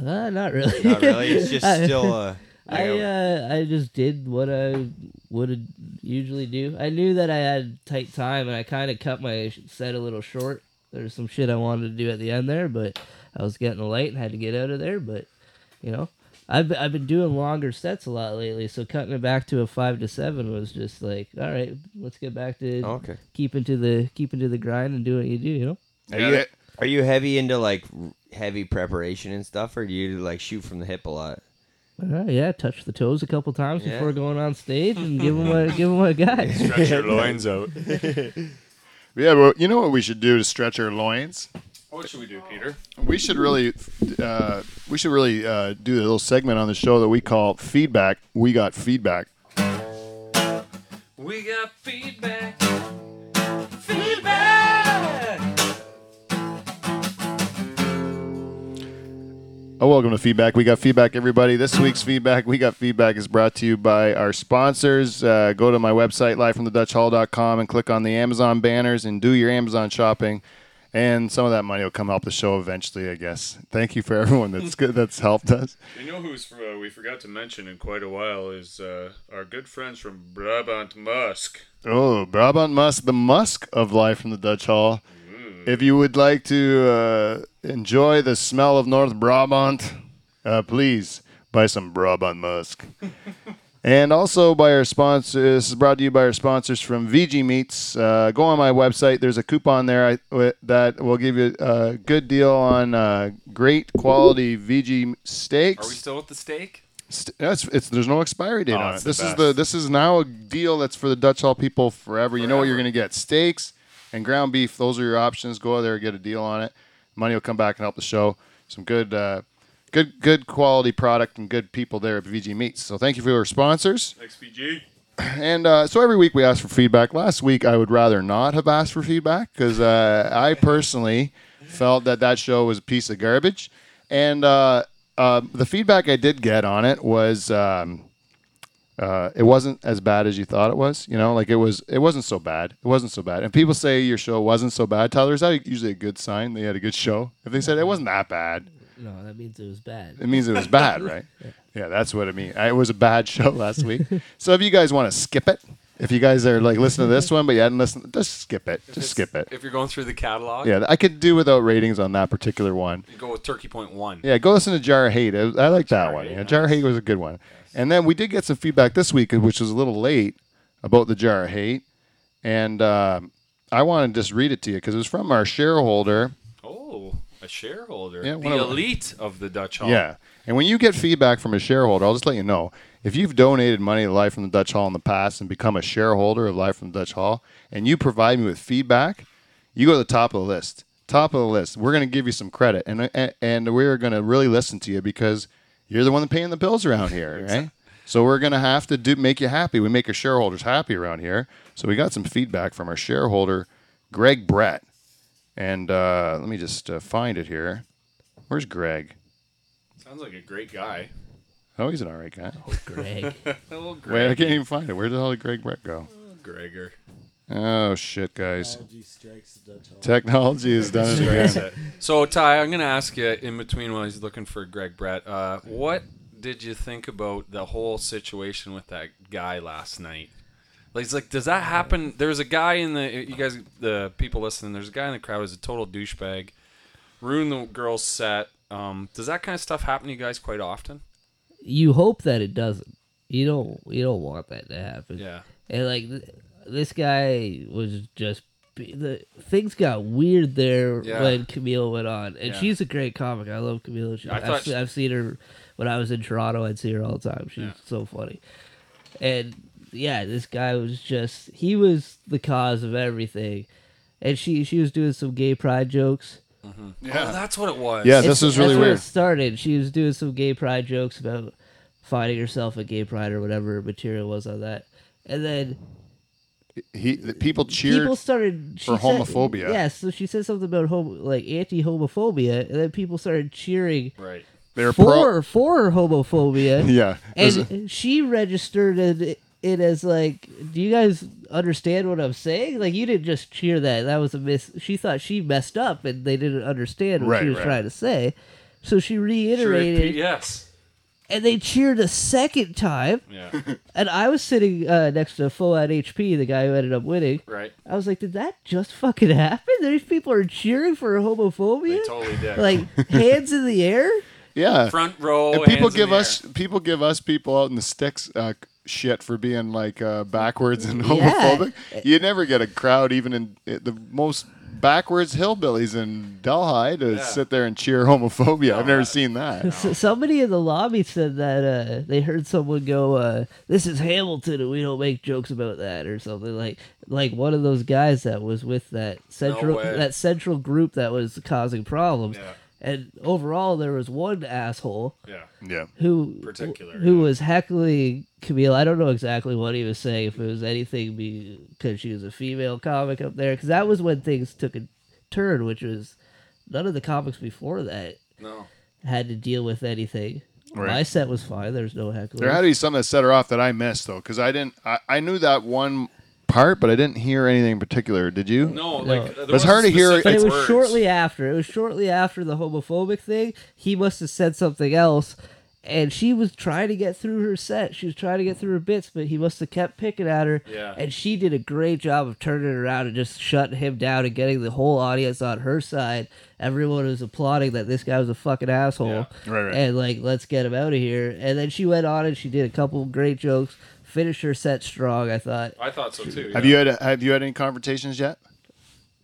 Uh, not really. not really? It's just I- still uh, like I a- uh, I just did what I would usually do. I knew that I had tight time, and I kind of cut my sh- set a little short. There's some shit I wanted to do at the end there, but I was getting late and had to get out of there, but you know, I've I've been doing longer sets a lot lately, so cutting it back to a five to seven was just like, all right, let's get back to oh, Okay. keeping to the keeping to the grind and do what you do, you know. Are Yeah, you that- are you heavy into like r- heavy preparation and stuff, or do you like shoot from the hip a lot? Uh, yeah, touch the toes a couple times Yeah. before going on stage and give them what give them what guy. Stretch your loins out. Yeah, well, you know what we should do to stretch our loins? What should we do, Peter? We should really, uh, we should really uh, do a little segment on the show that we call feedback. We got feedback. We got feedback. Feedback. Oh, welcome to feedback. We got feedback, everybody. This week's feedback, we got feedback, is brought to you by our sponsors. Uh, go to my website, livefromthedutchhall.com, and click on the Amazon banners and do your Amazon shopping. And some of that money will come help the show eventually, I guess. Thank you for everyone that's good, that's helped us. You know who's uh, we forgot to mention in quite a while is uh, our good friends from Brabant Musk. Oh, Brabant Musk, the Musk of Life from the Dutch Hall. Mm. If you would like to uh, enjoy the smell of North Brabant, uh, please buy some Brabant Musk. and also by our sponsors, this is brought to you by our sponsors from VG Meats. Uh, go on my website. There's a coupon there I, wi- that will give you a good deal on uh, great quality VG steaks. Are we still at the steak? St- no, it's, it's there's no expiry date Oh, on it. it's the This is best. the this is now a deal that's for the Dutch Hall people forever. You know what you're going to get: steaks and ground beef. Those are your options. Go out there, get a deal on it. Money will come back and help the show. Some good, uh, good, good quality product and good people there at VG Meats. So thank you for your sponsors. XPG. And uh, so every week we ask for feedback. Last week I would rather not have asked for feedback because uh, I personally felt that that show was a piece of garbage. And uh, uh, the feedback I did get on it was um, uh, it wasn't as bad as you thought it was. You know, like it was it wasn't so bad. It wasn't so bad. And people say your show wasn't so bad, Tyler, is that usually a good sign? They had a good show. If they said it wasn't that bad, No, that means it was bad. it means it was bad, right? Yeah, that's what I mean. It was a bad show last week. So if you guys want to skip it, if you guys are like listening to this one but you hadn't listened, just skip it. Just skip it. If you're going through the catalog, Yeah, I could do without ratings on that particular one. you go with Turkey Point One. Yeah, go listen to Jar of Hate. I, I like that Jar of one. Hate, yeah, Jar of Hate was a good one. And then we did get some feedback this week, which was a little late about the Jar of Hate, and um, I want to just read it to you because it was from our shareholder. Oh, a shareholder. Yeah, one the of- elite of the Dutch Hall. Yeah. And when you get feedback from a shareholder, I'll just let you know if you've donated money to Life from the Dutch Hall in the past and become a shareholder of Life from the Dutch Hall, and you provide me with feedback, you go to the top of the list. Top of the list. We're going to give you some credit, and and, and we're going to really listen to you because you're the one paying the bills around here, right? So we're going to have to do make you happy. We make our shareholders happy around here. So we got some feedback from our shareholder, Greg Brett, and uh, let me just uh, find it here. Where's Greg? Sounds like a great guy. Oh, he's an all right guy. Greg. Oh, Greg. Wait, I can't even find it. Where did all the Greg Brett go? Gregor. Oh shit, guys! Technology strikes the Dutch hall. Technology has done it again. So Ty, I'm gonna ask you in between while he's looking for Greg Brett. Uh, what did you think about the whole situation with that guy last night? Like, it's like, does that happen? There's a guy in the you guys, the people listening. There's a guy in the crowd who's a total douchebag, ruined the girl's set. Um, does that kind of stuff happen to you guys quite often? you hope that it doesn't. You don't. You don't want that to happen. Yeah. And like th- this guy was just be- the things got weird there Yeah. when Camille went on, and Yeah. she's a great comic. I love Camille. She, I I thought have she- I've seen her when I was in Toronto. I'd see her all the time. She's Yeah. so funny, and yeah, this guy was just he was the cause of everything, and she she was doing some gay pride jokes. Oh, that's what it was. Yeah, Uh, this is really that's Where it weird. started. She was doing some gay pride jokes about finding herself a gay pride or whatever material was on that, and then He the people cheered. people started she for said- homophobia. yeah, so she said something about homo, like anti-homophobia, and then people started cheering Right. they were pro. for for homophobia. Yeah, there's a- and she registered it, it as like, do you guys understand what I'm saying? Like, you didn't just cheer that. That was a miss. She thought she messed up, and they didn't understand what Right, she was right. trying to say. So she Sure, reiterated yes. and they cheered a second time. Yeah. And I was sitting uh, next to Fuad HP, the guy who ended up winning. Right. I was like, did that just fucking happen? These people are cheering for They homophobia? totally did. like, hands in the air? Yeah. Front row. and people hands in give the us people give us people out in the sticks uh, shit for being like uh, backwards and Yeah. homophobic. You never get a crowd even in uh, the most backwards hillbillies in Delhi to Yeah. sit there and cheer homophobia. I've never seen that. So somebody in the lobby said that uh, they heard someone go, uh, "This is Hamilton, and we don't make jokes about that," or something like like one of those guys that was with that central way. that central group that was causing problems. Yeah. And overall, there was one asshole Yeah. Yeah. who Particular, who yeah. was heckling Camille. I don't know exactly what he was saying. If it was anything because she was a female comic up there, because that was when things took a turn, which was none of the comics before that No. had to deal with anything. Right. My set was fine. There's no heckling. There had to be something that set her off that I missed though, because I didn't. I, I knew that one part, but I didn't hear anything in particular. Did you? No. Like uh, No. there But it's wasn't hard to hear- specific but it was words. shortly after. It was shortly after the homophobic thing. He must have said something else, and she was trying to get through her set. She was trying to get through her bits, but he must have kept picking at her. Yeah. And she did a great job of turning it around and just shutting him down and getting the whole audience on her side. Everyone was applauding that this guy was a fucking asshole. Yeah. Right, right. And like, let's get him out of here. And then she went on and she did a couple great jokes. Finished her set strong, I thought. I thought so too. Have yeah. you had Have you had any confrontations yet?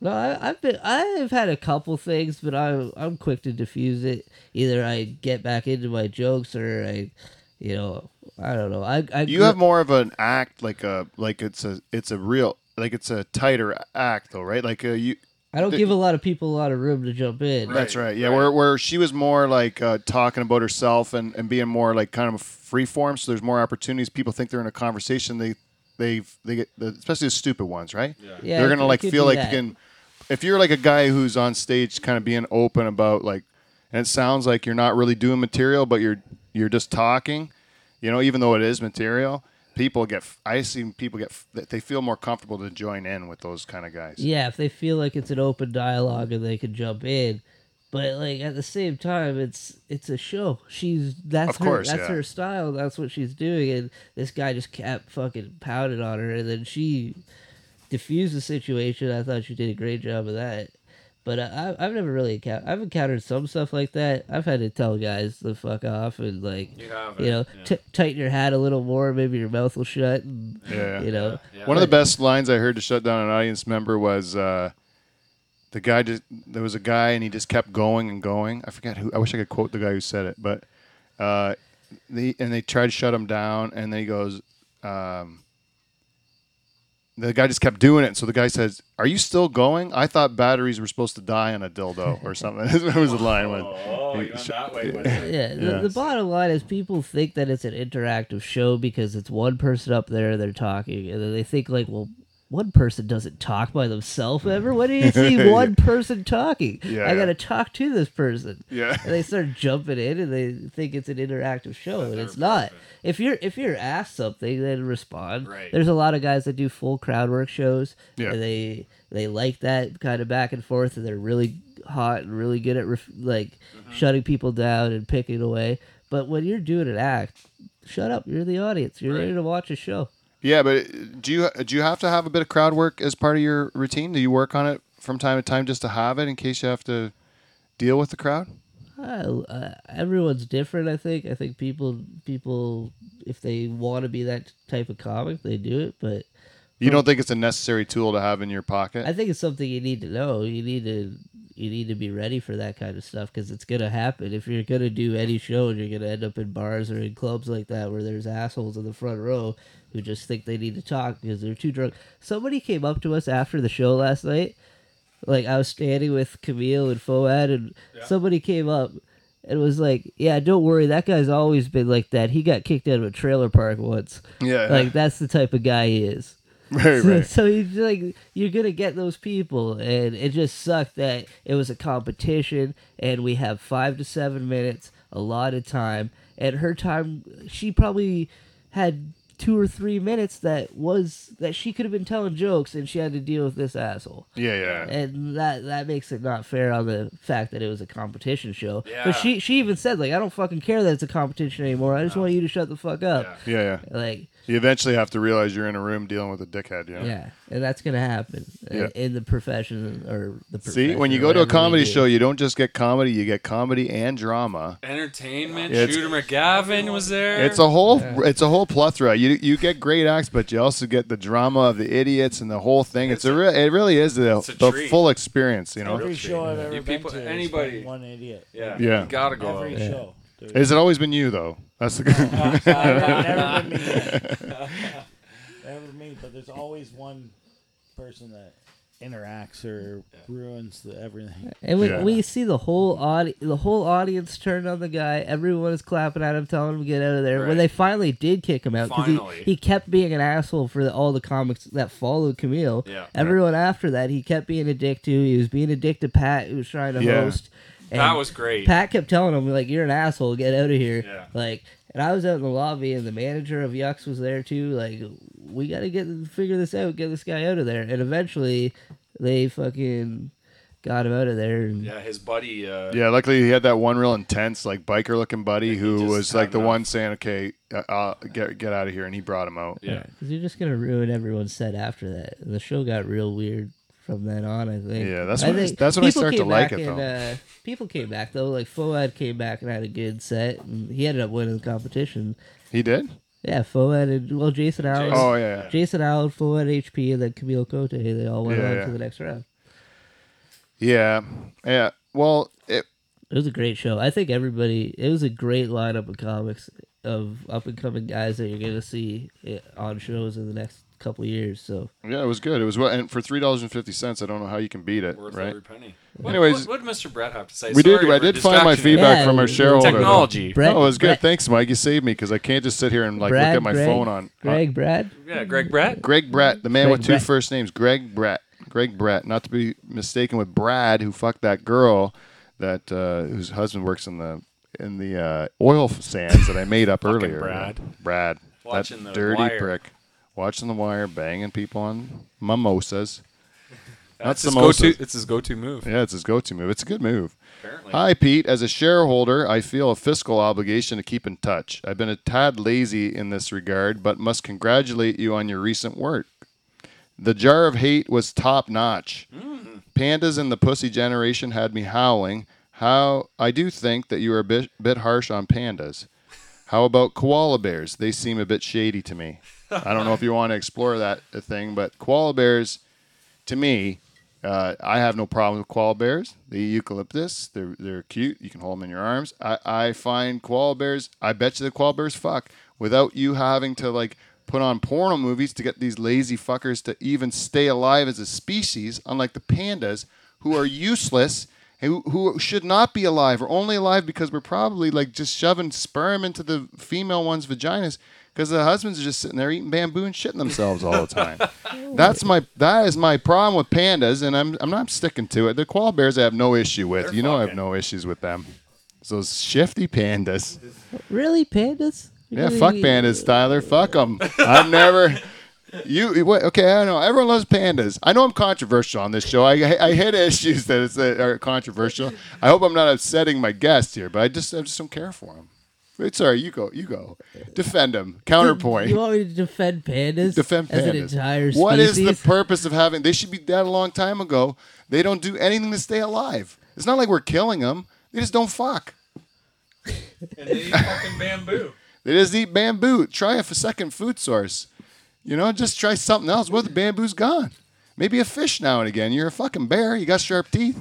No, I, I've been I've had a couple things, but I'm I'm quick to diffuse it. Either I get back into my jokes, or I, you know, I don't know. I, I You grew- have more of an act, like a like it's a it's a real like it's a tighter act though, right? Like uh, you. I don't give a lot of people a lot of room to jump in. That's Right, right. Yeah, right. where where she was more like uh, talking about herself and, and being more like kind of free form. So there's more opportunities. People think they're in a conversation. They they they get the, especially the stupid ones, right? Yeah, they're it- gonna it like could feel be like that. you can. If you're like a guy who's on stage, kind of being open about like, and it sounds like you're not really doing material, but you're you're just talking. You know, even though it is material, people get. f- I see people get. f- that They feel more comfortable to join in with those kind of guys. Yeah, if they feel like it's an open dialogue and they can jump in, but like at the same time, it's it's a show. She's that's Of course, her, that's yeah. her style. That's what she's doing, and this guy just kept fucking pounding on her, and then she diffused the situation. I thought she did a great job of that. But uh, I, I- I've never really encountered. I've encountered some stuff like that. I've had to tell guys to fuck off and like, You have. you know, it, t- tighten your hat a little more. Maybe your mouth will shut. And, Yeah. You know, yeah. One of the best lines I heard to shut down an audience member was uh, the guy just there was a guy and he just kept going and going. I forget who. I wish I could quote the guy who said it, but uh, the and they tried to shut him down, and then he goes. Um, the guy just kept doing it, and so the guy says, "Are you still going? I thought batteries were supposed to die on a dildo or something." that was the line when Oh, you went that way. with it. Yeah, the, Yeah. the bottom line is people think that it's an interactive show because it's one person up there they're talking, and then they think like, well, one person doesn't talk by themselves ever. When do you see one person talking? Yeah, I yeah. gotta talk to this person. Yeah. and they start jumping in and they think it's an interactive show, and it's they're not. perfect. If you're if you're asked something, then respond. Right. There's a lot of guys that do full crowd work shows, Yeah. and they they like that kind of back and forth, and they're really hot and really good at ref- like Mm-hmm. shutting people down and picking away. But when you're doing an act, shut up. You're the audience. You're ready to watch a show. Yeah, but uh, do you do you have to have a bit of crowd work as part of your routine? Do you work on it from time to time just to have it in case you have to deal with the crowd? Uh, uh, everyone's different. I think. I think people people if they want to be that type of comic, they do it. But You don't think it's a necessary tool to have in your I pocket? think it's something you need to know. You need to you need to be ready for that kind of stuff because it's gonna happen. If you're gonna do any show and you're gonna end up in bars or in clubs like that where there's assholes in the front row who just think they need to talk because they're too drunk. Somebody came up to us after the show last night. Like I was standing with Camille and Foad, and somebody came up and was like, "Yeah, don't worry, that guy's always been like that. He got kicked out of a trailer park once. Yeah. Like that's the type of guy he is." Right, So- right. So he's like, you're gonna get those people, and it just sucked that it was a competition, and we have five to seven minutes, a lot of time, and her time, she probably had two or three minutes that was that she could have been telling jokes and she had to deal with this asshole. Yeah, yeah. And that that makes it not fair on the fact that it was a competition show. Yeah. But she she even said like I don't fucking care that it's a competition anymore. I just want you to shut the fuck up. Yeah, yeah. Like You eventually have to realize you're in a room dealing with a dickhead. You know? yeah, and that's gonna happen in- Yeah. in, the profession or the. See, profession when you or go to a whatever we comedy do. show, you don't just get comedy; you get comedy and drama. Entertainment. It's- Shooter McGavin was there. It's a whole, it's a whole plethora. You you get great acts, but you also get the drama of the idiots and the whole thing. It's, It's a, re- it really is the, a the treat. full experience. You know, Every show I've ever You been people- to, anybody- anybody, one idiot. yeah. Yeah. You gotta go. Every out. show. There's- has it always been you though? That's the good. I've never been me. Never been me, but there's always one person that interacts or ruins the everything. And when Yeah. we see the whole audi- the whole audience turned on the guy, everyone is clapping at him, telling him to get out of there. Right. When they finally did kick him out, because Finally. he, he kept being an asshole for the, all the comics that followed Camille. Yeah. Everyone after that, he kept being a dick to. He was being a dick to Pat, who was trying to Yeah. host. And That was great. Pat kept telling him like, "You're an asshole. Get out of here." Yeah. Like, and I was out in the lobby, and the manager of Yucks was there too. Like, we gotta get figure this out. Get this guy out of there. And eventually, they fucking got him out of there. And yeah, his buddy. Uh, yeah, luckily he had that one real intense, like biker looking buddy who just was had like the enough. one saying, "Okay, uh, uh, get get out of here," and he brought him out. yeah. Because you're just gonna ruin everyone's set after that. And the show got real weird from then on. I think. Yeah, that's I when I- think that's when I people start to came like back it, and, though. uh, people came back though. Like Foad came back and had a good set, and he ended up winning the competition. He did. Yeah, Foad and well, Jason Allen. Jason- Oh yeah. Jason Allen, Foad HP, and then Camille Cote. They all went Yeah, on yeah. to the next round. Yeah. Yeah. Well, it, It was a great show. I think everybody. It was a great lineup of comics of up and coming guys that you're gonna see eh, on shows in the next couple years. So yeah, it was good. It was well, and for three dollars and fifty cents, I don't know how you can beat it, Worth right? every penny. What, Anyways- what, what did Mr. Brett have to say? We did. Sorry I for did find my distracting you. feedback Yeah, from our it- shareholder. though. Technology. Brett, No, Oh, it was good. Brett- Thanks, Mike. You saved me because I can't just sit here and like look Brad, at my Greg, phone on. uh, Greg on- Brad. Yeah, Greg Brett. Greg Brett, the man Greg with two Brett. first names, Greg Brett. Greg Brett, not to be mistaken with Brad, who fucked that girl that uh, whose husband works in the in the uh, oil sands that I made up earlier. Brad. Brad, Watching that The dirty Wire. prick, watching the wire, banging people on mimosas. That's Not his go-to. samosas. It's his go-to move. Yeah, it's his go-to move. It's a good move. Apparently. Hi, Pete. As a shareholder, I feel a fiscal obligation to keep in touch. I've been a tad lazy in this regard, but must congratulate you on your recent work. The jar of hate was top notch. Mm. Pandas and the pussy generation had me howling. How I do think that you are a bit, bit harsh on pandas. How about koala bears? They seem a bit shady to me. I don't know if you want to explore that uh, thing, but koala bears, to me, uh, I have no problem with koala bears. The eucalyptus, they're they're cute. You can hold them in your arms. I, I find koala bears. I bet you the koala bears fuck without you having to like put on porno movies to get these lazy fuckers to even stay alive as a species. Unlike the pandas, who are useless and who, who should not be alive or only alive because we're probably like just shoving sperm into the female one's vaginas because the husbands are just sitting there eating bamboo and shitting themselves all the time. That's my that is my problem with pandas, and I'm I'm not sticking to it. The koala bears I have no issue with. They're you know I have fucking- no issues with them. It's Those shifty pandas. Really, pandas? Yeah, Really? fuck pandas, Tyler. Fuck them. I've never. You what? Okay, I don't know. Everyone loves pandas. I know I'm controversial on this show. I I hit issues that, is, that are controversial. I hope I'm not upsetting my guests here, but I just I just don't care for them. It's all right. You go. You go. Defend them. Counterpoint. You want me to defend pandas? defend as pandas. an entire species? What is the purpose of having? They should be dead a long time ago. They don't do anything to stay alive. It's not like we're killing them. They just don't fuck. And they fucking bamboo. They just eat bamboo. Try a f- second food source. You know, just try something else. What if the bamboo's gone? Maybe a fish now and again. You're a fucking bear. You got sharp teeth.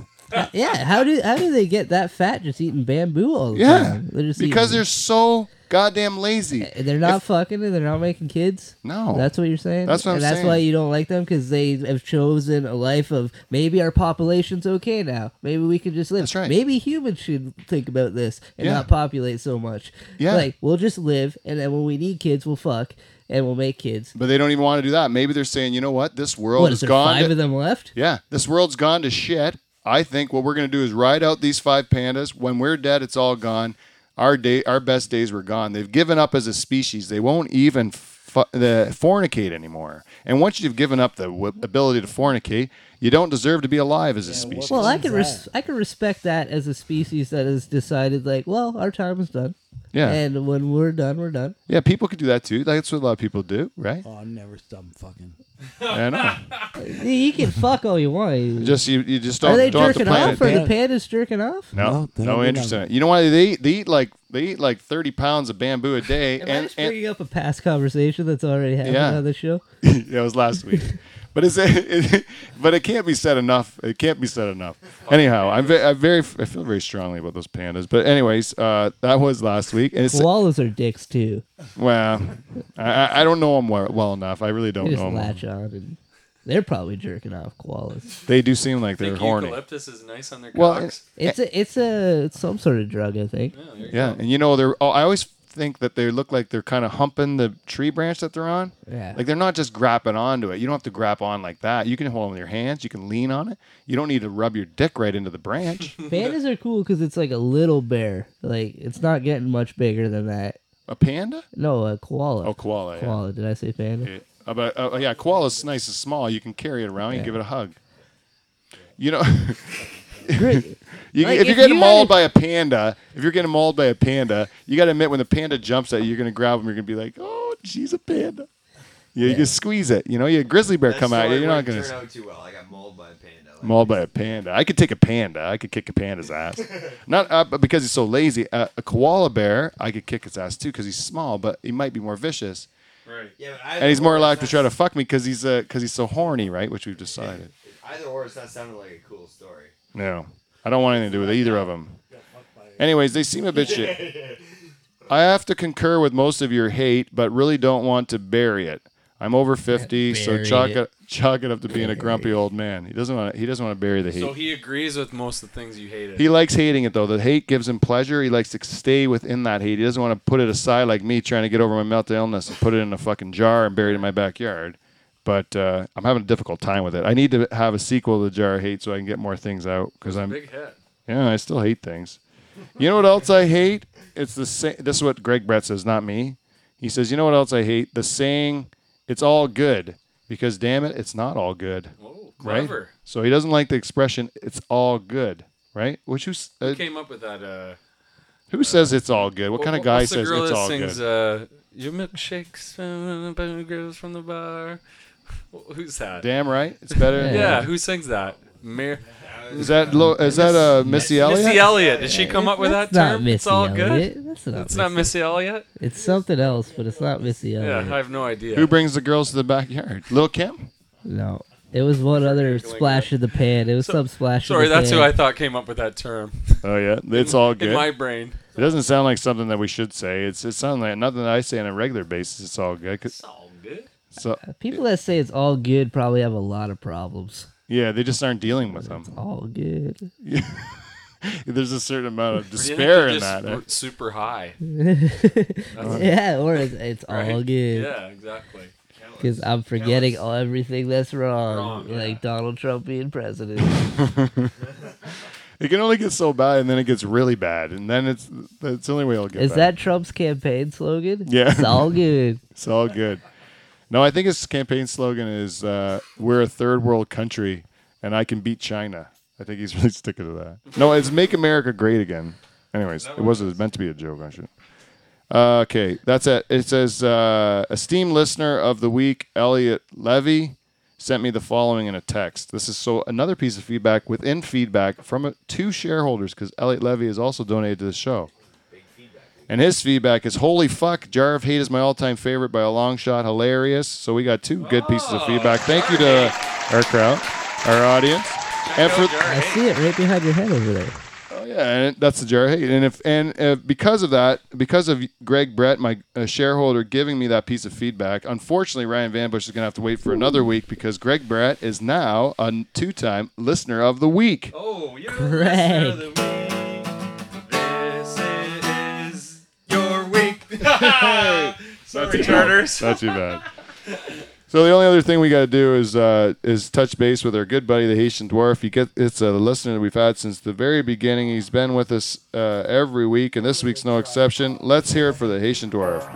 yeah, how do how do they get that fat just eating bamboo all the Yeah, time? They're just because eating- they're so goddamn lazy. they're not fucking and they're not making kids. No. that's what you're saying. That's what I'm and that's saying. why you don't like them because they have chosen a life of maybe our population's okay now. Maybe we can just live. That's right. Maybe humans should think about this and Yeah. not populate so much. Yeah. like we'll just live, and then when we need kids, we'll fuck and we'll make kids. But they don't even want to do that. Maybe they're saying, you know what? This world What is is there gone. five to- of them left? Yeah, this world's gone to shit. I think what we're gonna do is ride out these five pandas. When we're dead, it's all gone. Our day, our best days were gone. They've given up as a species. They won't even f- fu- the fornicate anymore. And once you've given up the w- ability to fornicate, you don't deserve to be alive as a species. Well, I can What's res- I can respect that as a species that has decided like, well, our time is done. Yeah. And when we're done, we're done. yeah, people could do that too. That's what a lot of people do, right? Oh, I'm never dumb fucking. I know. You can fuck all you want. You- Just you, you just don't. Are they don't have to jerking plan it. off? Are down. the pandas jerking off? No, No, they no don't do interest in nothing. it. You know why they they eat like they eat like thirty pounds of bamboo a day, Am I and, just and bringing up a past conversation that's already happened Yeah. on the show? yeah, it was last week. But it's it, but it can't be said enough. It can't be said enough. Anyhow, I'm, ve- I'm very I feel very strongly about those pandas. But anyways, uh, that was last week, and it's Koalas are dicks too. well, I- I, I don't know them well, well enough. I really don't They just know 'em well. latch on and they're probably jerking off koalas. They do seem like I they're think horny. eucalyptus is nice on their Well, cocks. It's a it's a it's some sort of drug, I think. yeah, there you Yeah, go. and you know they're. Oh, I always think that they look like they're kind of humping the tree branch that they're on. Yeah. Like they're not just grapping onto it. You don't have to grab on like that. You can hold them with your hands. You can lean on it. You don't need to rub your dick right into the branch. Pandas are cool because it's like a little bear. Like it's not getting much bigger than that. a panda? No, a koala. Oh, koala. yeah. koala. Did I say panda? Yeah. Uh, but uh, yeah, koala's nice and small. You can carry it around. You can give it a hug. You know, Great. you, Like, if you're if getting you mauled had- by a panda, if you're getting mauled by a panda, you got to admit when the panda jumps at you, you're gonna grab him. You're gonna be like, "Oh, she's a panda." Yeah, you can squeeze it. You know, you grizzly bear That come out. story You're not wouldn't gonna. turn out too well. I got mauled by a panda. Like, mauled by a panda. I could take a panda. I could kick a panda's ass. Not uh, but because he's so lazy. Uh, a koala bear, I could kick his ass too because he's small, but he might be more vicious, Right. yeah, but either and he's or, more it's likely to try not- to fuck me because he's because he's so horny, right? Which we've decided. Either or, it's not sounding like a cool story. No, I don't want anything to do with either of them. Anyways, they seem a bit shit. I have to concur with most of your hate, but really don't want to bury it. I'm over fifty, so Bury chalk it. it chalk it up to being a grumpy old man. He doesn't want to, he doesn't want to bury the hate. So he agrees with most of the things you hated. He likes hating it though. The hate gives him pleasure. He likes to stay within that hate. He doesn't want to put it aside like me trying to get over my mental illness and put it in a fucking jar and bury it in my backyard. But uh, I'm having a difficult time with it. I need to have a sequel to the jar of hate so I can get more things out because I'm Big hit. yeah I still hate things. You know what else I hate? It's the sa- this is what Greg Brett says, not me. He says you know what else I hate? The saying it's all good because damn it, it's not all good. Oh, Right. clever. So he doesn't like the expression "it's all good," right? Which who's uh, Who came up with that? Uh, who says it's all good? What kind of guy what's the says girl it's that all sings, good? Uh, Your milkshakes uh, by girls from the bar. Who's that? Damn right, it's better. than- Yeah, who sings that? Mir- Is that lo- is that uh, Missy Elliott? Missy Elliott. Did she come up with that Oh, That's not term? Missy it's all Elliott. good. That's not. It's not Missy- Missy Elliott. It's something else, but it's not Missy Elliott. Yeah, I have no idea. Who brings the girls to the backyard? Lil Kim. No, it was one other Like splash of the pan. It was some splash. Sorry, of the that's pan. who I thought came up with that term. Oh yeah, it's all In my brain. it doesn't sound like something that we should say. It's it sounds like nothing that I say on a regular basis. It's all good. 'Cause- It's all good. So People that say it's all good probably have a lot of problems. yeah, they just aren't dealing with them. All good. There's a certain amount of despair in that. eh? Super high. yeah, or it's, it's all right? good. Yeah, exactly. Because I'm forgetting all, everything that's wrong, Wrong, yeah. like Donald Trump being president. It can only get so bad, and then it gets really bad, and then it's that's the only way it'll get. Is better. that Trump's campaign slogan? Yeah. it's all good. It's all good. No, I think his campaign slogan is uh, "We're a third world country, and I can beat China." I think he's really sticking to that. No, it's "Make America Great Again." Anyways, it was not meant to be a joke, I should. Uh, okay, that's it. It says, uh, "Esteemed listener of the week, Elliot Levy." Sent me the following in a text. This is so another piece of feedback within feedback from uh two shareholders because Elliot Levy is also donated to the show. And his feedback is holy fuck, Jar of Hate is my all time favorite by a long shot. Hilarious. So we got two good pieces of feedback. Thank you to our crowd, our audience. And for, I see it right behind your head over there. oh yeah, and that's the jar of hate. And if and uh, because of that, because of Greg Brett, my uh, shareholder, giving me that piece of feedback, unfortunately Ryan Van Bush is going to have to wait for another week because Greg Brett is now a two time listener of the week. Oh, you're Greg. the listener of the week. This is your week. Sorry, charters. Not too bad. So the only other thing we got to do is uh, is touch base with our good buddy the Haitian dwarf. He get it's a listener that we've had since the very beginning. He's been with us uh, every week, and this week's no exception. Let's hear it for the Haitian dwarf.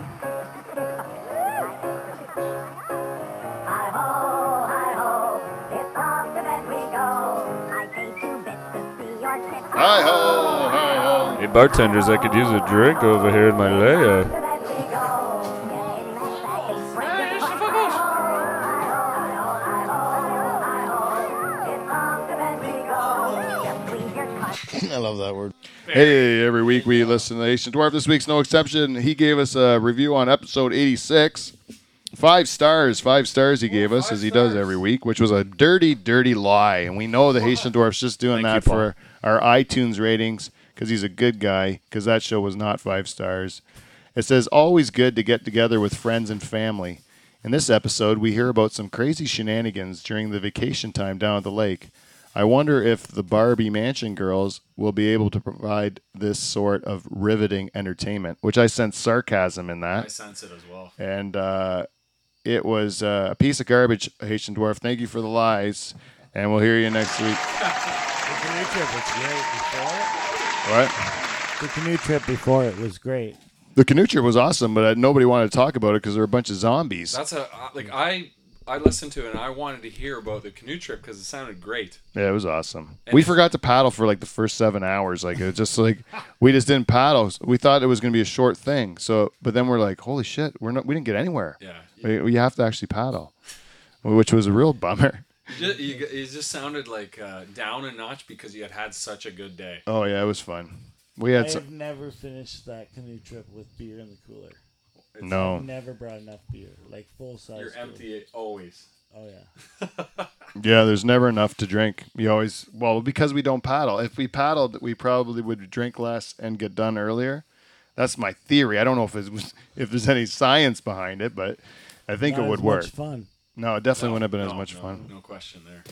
Hi ho, hi ho. Hey, bartenders, I could use a drink over here in my layout. I love that word. Hey, every week we listen to Asian Dwarf. This week's no exception. He gave us a review on episode 86. Five stars, five stars he gave us, as he does every week, which was a dirty, dirty lie. And we know the Haitian Dwarf's just doing Thank that you, for our iTunes ratings because he's a good guy, because that show was not five stars. It says, always good to get together with friends and family. In this episode, we hear about some crazy shenanigans during the vacation time down at the lake. I wonder if the Barbie Mansion girls will be able to provide this sort of riveting entertainment, which I sense sarcasm in I that. sense it as well. And uh, it was uh, a piece of garbage, Haitian Dwarf. Thank you for the lies. And we'll hear you next week. The canoe trip was great before it. What? The canoe trip before it was great. The canoe trip was awesome, but uh, nobody wanted to talk about it because there were a bunch of zombies. That's a uh, like I I listened to it and I wanted to hear about the canoe trip because it sounded great. Yeah, it was awesome. And we it's- forgot to paddle for like the first seven hours. Like it was just like we just didn't paddle. We thought it was going to be a short thing. So, but then we're like, holy shit, we're not. We didn't get anywhere. Yeah. we, we have to actually paddle, which was a real bummer. You, you, you just sounded like uh, down a notch because you had had such a good day. Oh yeah, it was fun. We had I've some, never finished that canoe trip with beer in the cooler. no. Never brought enough beer, like full size. You're empty always. Oh yeah. Yeah, there's never enough to drink. You always well because we don't paddle. If we paddled, we probably would drink less and get done earlier. That's my theory. I don't know if it was, if there's any science behind it, but I think Not it would as work. Much fun. No, it definitely wouldn't have been as No, much no, fun. No question there.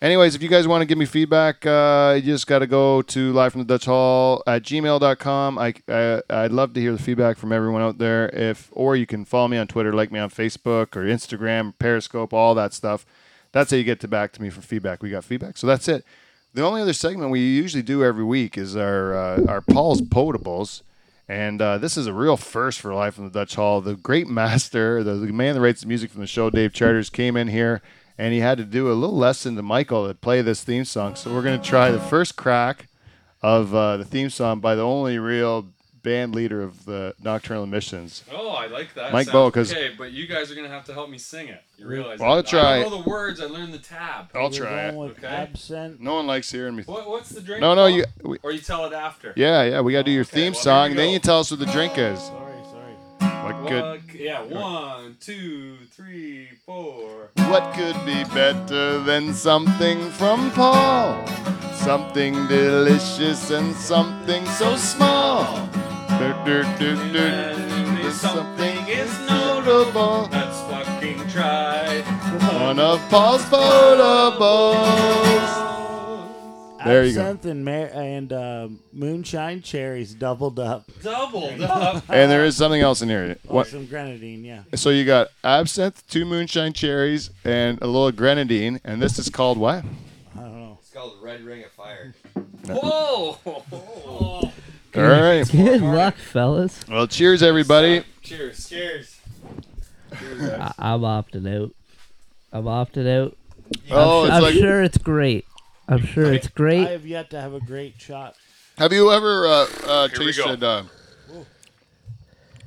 Anyways, if you guys want to give me feedback, uh, you just got to go to live from the Dutch Hall at gmail.com. I, I, I'd love to hear the feedback from everyone out there. If Or you can follow me on Twitter, like me on Facebook or Instagram, Periscope, all that stuff. That's how you get to back to me for feedback. We got feedback. So that's it. The only other segment we usually do every week is our, uh, our Paul's Potables. And uh, this is a real first for Life in the Dutch Hall. The great master, the, the man that writes the music from the show, Dave Charters, came in here and he had to do a little lesson to Michael to play this theme song. So we're going to try the first crack of uh, the theme song by the only real band leader of the Nocturnal Emissions. Oh, I like that. Mike sound. Bowe, 'cause- okay, but you guys are gonna have to help me sing it. You realize? Well, I'll that. try I it. don't know the words. I learned the tab. I'll We're try going it. with Okay. absent. No one likes hearing me. What, what's the drink? No, no, called? you. We, Or you tell it after. yeah, yeah, we got to do your Okay, theme well, here song, you then go. you tell us what the drink is. Sorry, sorry. What What- could, yeah. One, two, three, four. what could be better than something from Paul? Something delicious and something so small. Dur, dur, dur, dur. There's something is notable. Notable. Let's fucking try. One of Paul's potables. There you go. Absinthe and, mar- and um, moonshine cherries doubled up. Doubled up. And there is something else in here. Or What? some grenadine, yeah. So you got absinthe, two moonshine cherries, and a little grenadine. And this is called what? I don't know. It's called Red Ring of Fire. Whoa. All right. Good luck, fellas. Well, cheers, everybody. Cheers. Cheers. I- I'm opting out. I'm opting out. Oh, I'm, it's I'm like. sure it's great. I'm sure it's I great. have yet to have a great shot. Have you ever uh, uh, Here we go. tasted? Uh,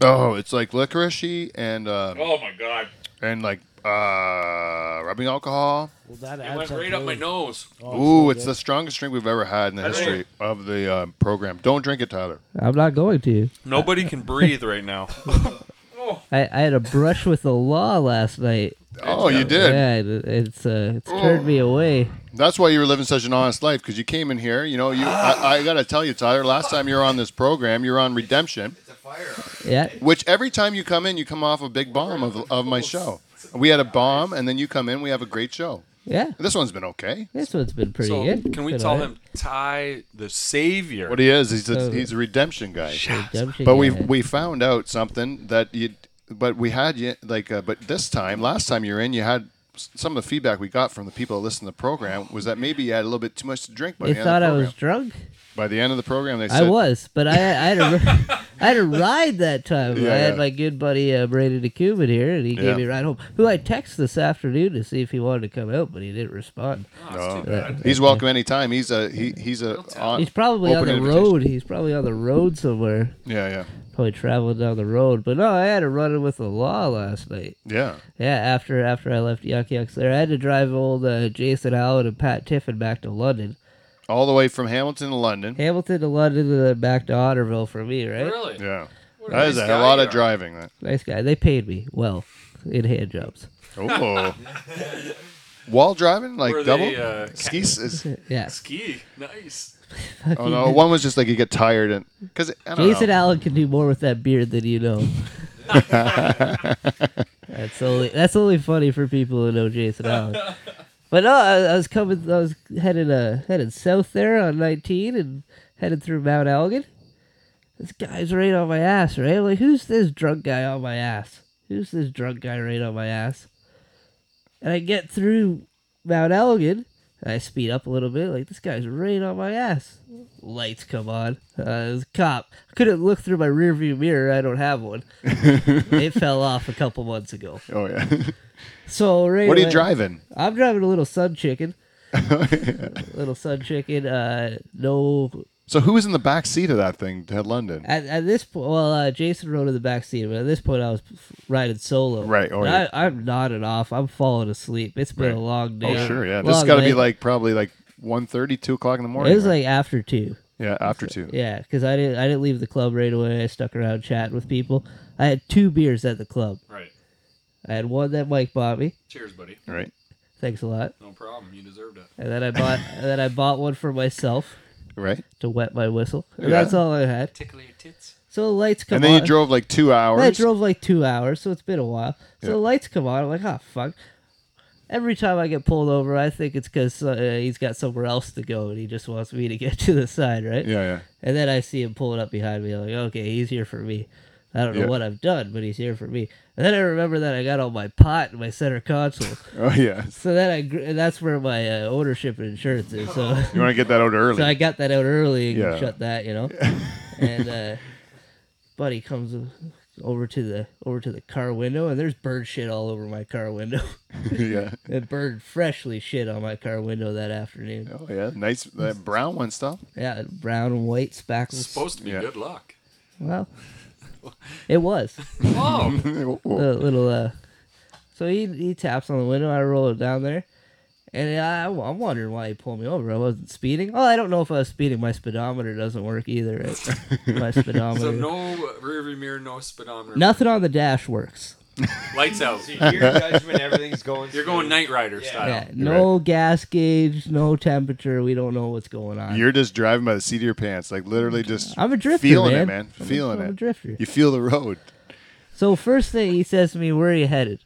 oh, it's like licoricey and uh, Oh my god. and like uh, rubbing alcohol. Well, that It went absinthe right up my really- nose. Oh, Ooh, it's the strongest drink we've ever had in the I think- history of the um, program. Don't drink it, Tyler. I'm not going to. Nobody can breathe right now. I, I had a brush with the law last night. Oh, you did. Yeah, it, it's uh, it's turned me away. That's why you were living such an honest life because you came in here. You know, you. I, I gotta tell you, Tyler. Last time you were on this program, you were on Redemption, It's a firearm. Yeah, which every time you come in, you come off a big bomb of, of my show. We had a bomb, and then you come in, we have a great show. yeah. This one's been okay. This one's been pretty So good. can we Been tell alright. him Ty the Savior? What he is, he's a, Oh. he's a redemption guy. Redemption But we guy. we found out something that you. But we had you like, uh, but this time, last time you were in, you had s- some of the feedback we got from the people that listened to the program was that maybe you had a little bit too much to drink by They the end of thought the I program. was drunk. By the end of the program, they I said, was, but I, I had a, I had a ride that time. Yeah, I had yeah. my good buddy uh, Brady DeCuban here, and he Yeah. gave me a ride home. Who I texted this afternoon to see if he wanted to come out, but he didn't respond. "No, he's welcome anytime. He's a he, he's a on, He's probably on open the invitation." road. He's probably on the road somewhere. Yeah, yeah, Probably traveling down the road. But no, I had a run in with the law last night. yeah. Yeah, after after I left Yuck Yucks there, I had to drive old uh, Jason Allen and Pat Tiffin back to London, All the way from Hamilton to London. Hamilton to London, and then back to Otterville for me. Right? Really? Yeah, What that is nice a guy lot you of are. driving. That Nice guy. They paid me well in hand jobs. oh, while driving like Were double they, uh, ca- skis. Is, Yeah. Ski. Nice. oh no, one was just like you get tired and because I don't Jason know. Allen can do more with that beard than you know. that's only that's only funny for people who know Jason Allen. But no, I, I was coming. I was headed uh, headed south there on 19 and headed through Mount Elgin. This guy's right on my ass, right? I'm like, who's this drunk guy on my ass? Who's this drunk guy right on my ass? And I get through Mount Elgin. And I speed up a little bit. Like this guy's right on my ass. Lights come on. Uh, it was a cop. I couldn't look through my rearview mirror. I don't have one. it fell off a couple months ago. Oh yeah. So right what are you away- driving? I'm driving a little sun chicken. little sun chicken. Uh, no. So who was in the back seat of that thing to London? At, at this point, well, uh, Jason rode in the back seat, but at this point, I was riding solo. Right, oh, And yeah. I, I'm nodding off. I'm falling asleep. It's been Right. a long day. Oh sure, yeah. This has long got to be night. like probably like 1.30, 2 o'clock in the morning. It was right? like after two. yeah, after two. Yeah, because I didn't I didn't leave the club right away. I stuck around chatting with people. I had two beers at the club. Right. I had one that Mike bought me. Cheers, buddy. Right, Thanks a lot. No problem. You deserved it. And then I bought and then I bought one for myself right. to wet my whistle. And Yeah. That's all I had. Tickle your tits. So the lights come and then on. you drove like two hours. I drove like two hours, so it's been a while. So the lights come on. I'm like, oh fuck. Every time I get pulled over, I think it's because uh, he's got somewhere else to go and he just wants me to get to the side, right? Yeah, yeah. And then I see him pulling up behind me. I'm like, okay, he's here for me. I don't know Yeah. what I've done, but he's here for me. And then I remember that I got all my pot in my center console. Oh yeah. so then I, gr- and that's where my uh, ownership and insurance is. So, You want to get that out early. so I got that out early and Yeah. shut that, you know. and uh, buddy comes over to the over to the car window, and there's bird shit all over my car window. yeah. and bird freshly shit on my car window that afternoon. Oh yeah. Nice that brown one stuff. Yeah, brown and white spackles. Supposed to be Yeah. good luck. well, it was. Oh, Oh, the little uh so he he taps on the window i roll it down there and I, i'm wondering why he pulled me over i wasn't speeding oh i don't know if i was speeding my speedometer doesn't work either right? my speedometer so no rearview mirror, no speedometer. nothing on the dash works Lights out. Your judgment, everything's going. You're going Knight Rider style. yeah, no gas gauge no temperature we don't know what's going on You're just driving by the seat of your pants, like literally just I'm a drifter, feeling man. it, man. I'm a- feeling I'm it. a drifter. You feel the road. so first thing he says to me where are you headed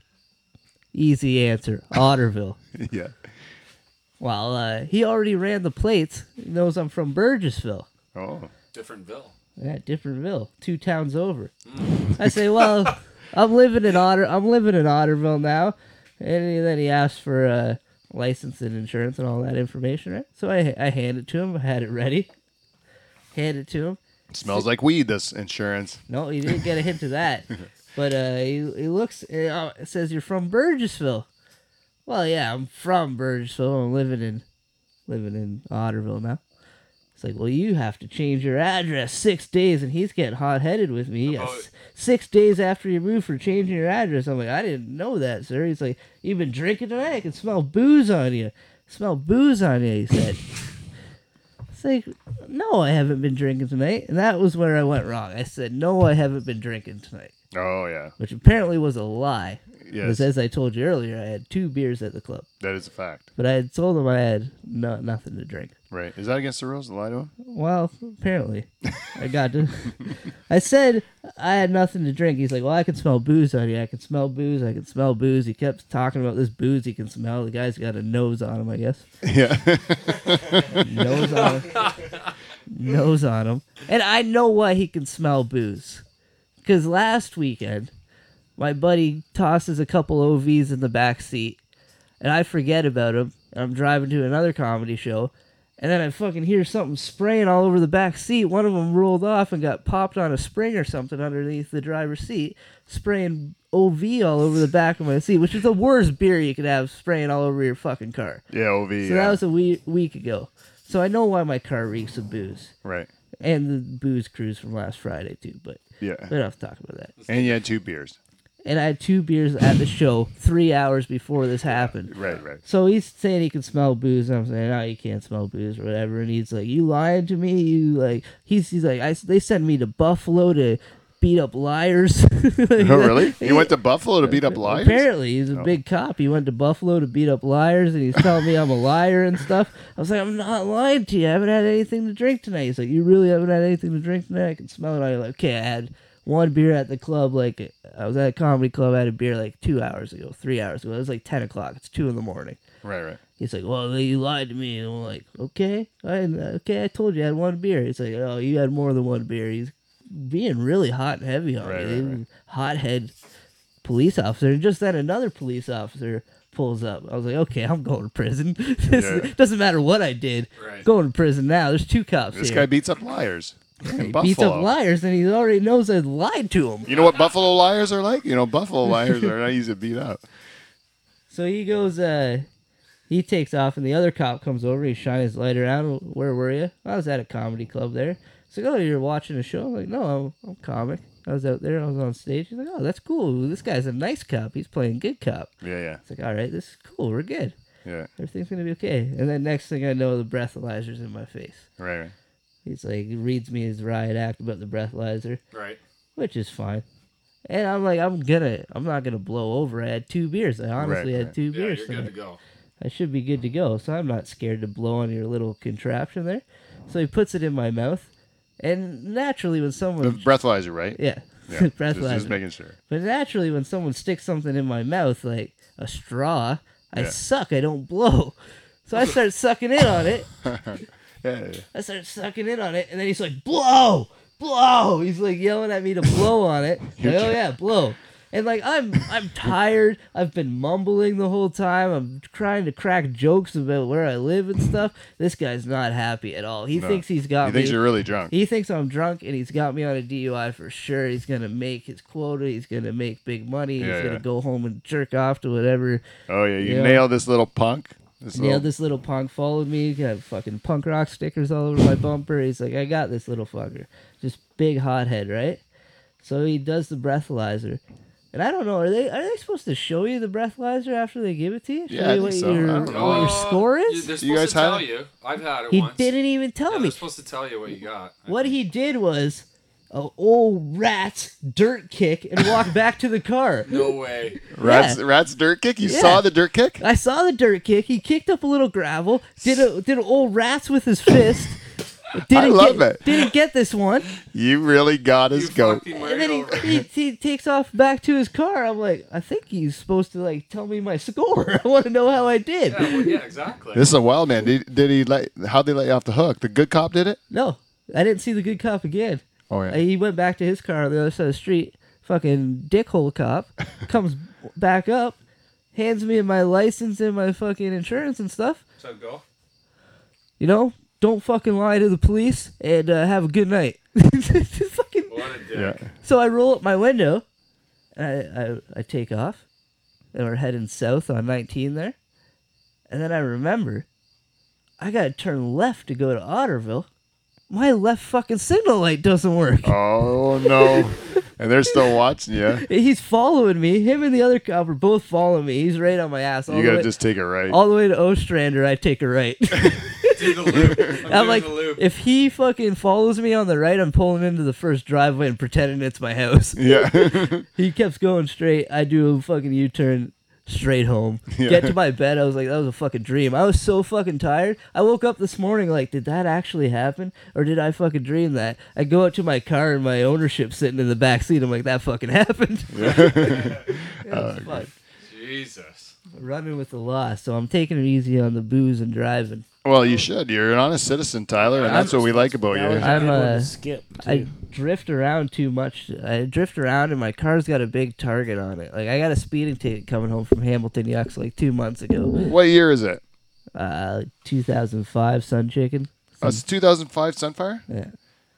easy answer otterville yeah. well uh, he already ran the plates he knows i'm from burgessville Oh. Different Ville. Yeah, different Ville, two towns over. I say, well, I'm living in Otter. I'm living in Otterville now, and then he asked for uh, license and insurance and all that information, right? So I I hand it to him. I had it ready. Hand it to him. smells like weed. This insurance. No, he didn't get a hint of that. But uh, he, he looks, it, uh, it says, You're from Burgessville. Well, yeah, I'm from Burgessville. I'm living in living in Otterville now. It's like, Well, you have to change your address six days. And he's getting hot headed with me. Yes. Oh. Six days after you moved for changing your address. I'm like, I didn't know that, sir. He's like, You've been drinking tonight. I can smell booze on you. Smell booze on you, he said. It's like, no, I haven't been drinking tonight. And that was where I went wrong. I said, no, I haven't been drinking tonight, Oh yeah. which apparently was a lie. Yes. Because as I told you earlier, I had two beers at the club, That is a fact. but I had told them I had no, nothing to drink. Right. Is that against the rules? to lie to him? Well, apparently, I got to. I said I had nothing to drink. He's like, "Well, I can smell booze on you. I can smell booze. I can smell booze." He kept talking about this booze he can smell. The guy's got a nose on him, I guess. Yeah. nose on him. nose on him. And I know why he can smell booze. Because last weekend, my buddy tosses a couple OVs in the back seat. and I forget about him. And I'm driving to another comedy show, and then I fucking hear something spraying all over the back seat. One of them rolled off and got popped on a spring or something underneath the driver's seat, spraying OV all over the back of my seat, which is the worst beer you could have spraying all over your fucking car. Yeah, OV. So yeah. that was a wee- week ago. So I know why my car reeks of booze right. and the booze cruise from last Friday too. But Yeah. we don't have to talk about that. And you had two beers. And I had two beers at the show three hours before this happened. Right, right. So he's saying he can smell booze. And I'm saying, no, you can't smell booze or whatever. And he's like, you lying to me. You like, he's, he's like, I, they sent me to Buffalo to beat up liars. Like Oh, that. really? You went to Buffalo to beat up liars? Apparently, he's a big cop. He went to Buffalo to beat up liars, and he's telling me I'm a liar and stuff. I was like, I'm not lying to you. I haven't had anything to drink tonight. He's like, you really haven't had anything to drink tonight? I can smell it. I'm like, okay, I had one beer at the club. Like, I was at a comedy club. I had a beer like two hours ago, three hours ago. It was like 10 o'clock. It's 2 in the morning. Right, right. He's like, well, you lied to me. And I'm like, okay, I okay, I told you I had one beer. He's like, oh, you had more than one beer. He's being really hot and heavy on Right, me. right, right. Hothead police officer. And just then another police officer pulls up. I was like, okay, I'm going to prison. this Yeah. doesn't matter what I did. Right. Going to prison now. There's two cops This guy here. beats up liars in Buffalo. beats up liars, and he already knows I lied to him. You know what Buffalo liars are like? You know, Buffalo liars are not easy to beat up. So he goes, uh, he takes off, and the other cop comes over. He's shining his light around. Where were you? I was at a comedy club there. He's like, oh, you're watching a show? I'm like, no, I'm, I'm comic. I was out there. I was on stage. He's like, oh, that's cool. This guy's a nice cop. He's playing good cop. Yeah, yeah, It's like, all right, this is cool. We're good. yeah. Everything's gonna be okay. And then next thing I know, the breathalyzer's in my face. Right, right. He's like, he reads me his riot act about the breathalyzer Right. which is fine. And I'm like, I'm gonna, I'm not gonna blow over. I had two beers. I honestly Right, had right. two Yeah, beers. you're good to tonight. go. I should be good to go. So I'm not scared to blow on your little contraption there. So he puts it in my mouth, and naturally, when The someone, breathalyzer, right? Uh, yeah, Yeah. breathalyzer. Just, just making sure. But naturally, when someone sticks something in my mouth, like a straw, I Yeah. suck. I don't blow. So I start sucking in on it. Yeah, yeah. I started sucking in on it, and then he's like, "Blow, blow!" He's like yelling at me to blow on it. Like, oh yeah, blow. And like I'm, I'm tired. I've been mumbling the whole time. I'm trying to crack jokes about where I live and stuff. This guy's not happy at all. He No. thinks he's got He me. thinks you're really drunk. He thinks I'm drunk and he's got me on a DUI for sure. He's gonna make his quota. He's gonna make big money. Yeah, he's yeah. gonna go home and jerk off to whatever. Oh yeah, you Yeah. nailed this little punk. This Nailed little, this little punk followed me. Got fucking punk rock stickers all over my bumper. He's like, I got this little fucker. Just big hothead, right? So he does the breathalyzer. And I don't know, are they are they supposed to show you the breathalyzer after they give it to you? Show Yeah, I you think what so. I your don't know. what your Uh, score You, is? they're supposed You guys to tell had it? you. I've had it He once. didn't even tell Yeah, me. They're supposed to tell you what you got. What he did was a old rat's dirt kick and walked back to the car. No way. rats, rats dirt kick. You Yeah. saw the dirt kick? I saw the dirt kick. He kicked up a little gravel. Did a did an old rats with his fist. Didn't love get, it. Didn't get this one. You really got You his goat. fucking And then right he, over. he, he takes off back to his car. I'm like, I think he's supposed to like tell me my score. I want to know how I did. Yeah, well, yeah, exactly. This is a wild man. Did, did he let? How they let you off the hook? The good cop did it. No, I didn't see the good cop again. Oh yeah. Uh, He went back to his car on the other side of the street. Fucking dickhole cop comes back up, hands me my license and my fucking insurance and stuff. so go. You know, don't fucking lie to the police and uh, have a good night. Fucking- What a dick. yeah. So I roll up my window, and I, I, I take off, and we're heading south on 19 there. And then I remember, I gotta turn left to go to Otterville. My left fucking signal light doesn't work. Oh no. and they're still watching you. He's following me. Him and the other cop are both following me. He's right on my ass. All You the gotta way, just take it right. all the way to Ostrander. I take a right. Do the loop. I'm, I'm doing like, the loop. if he fucking follows me on the right, I'm pulling into the first driveway and pretending it's my house. yeah. He keeps going straight. I do a fucking U turn straight home. Get to my bed. I was like, that was a fucking dream. I was so fucking tired. I woke up this morning like, did that actually happen? Or did I fucking dream that? I go out to my car and my ownership sitting in the back seat. I'm like, that fucking happened. It Oh, was fun. Jesus. Running with the law. So I'm taking it easy on the booze and driving. Well, you should. You're an honest citizen, Tyler, and that's what we like about Now you. I'm I'm, able uh, to skip. I too. drift around too much. I drift around, and my car's got a big target on it. Like I got a speeding ticket coming home from Hamilton Yucks like two months ago. What year is it? Uh, 2005 Sun Chicken, Oh, it's 2005 Sunfire. Yeah.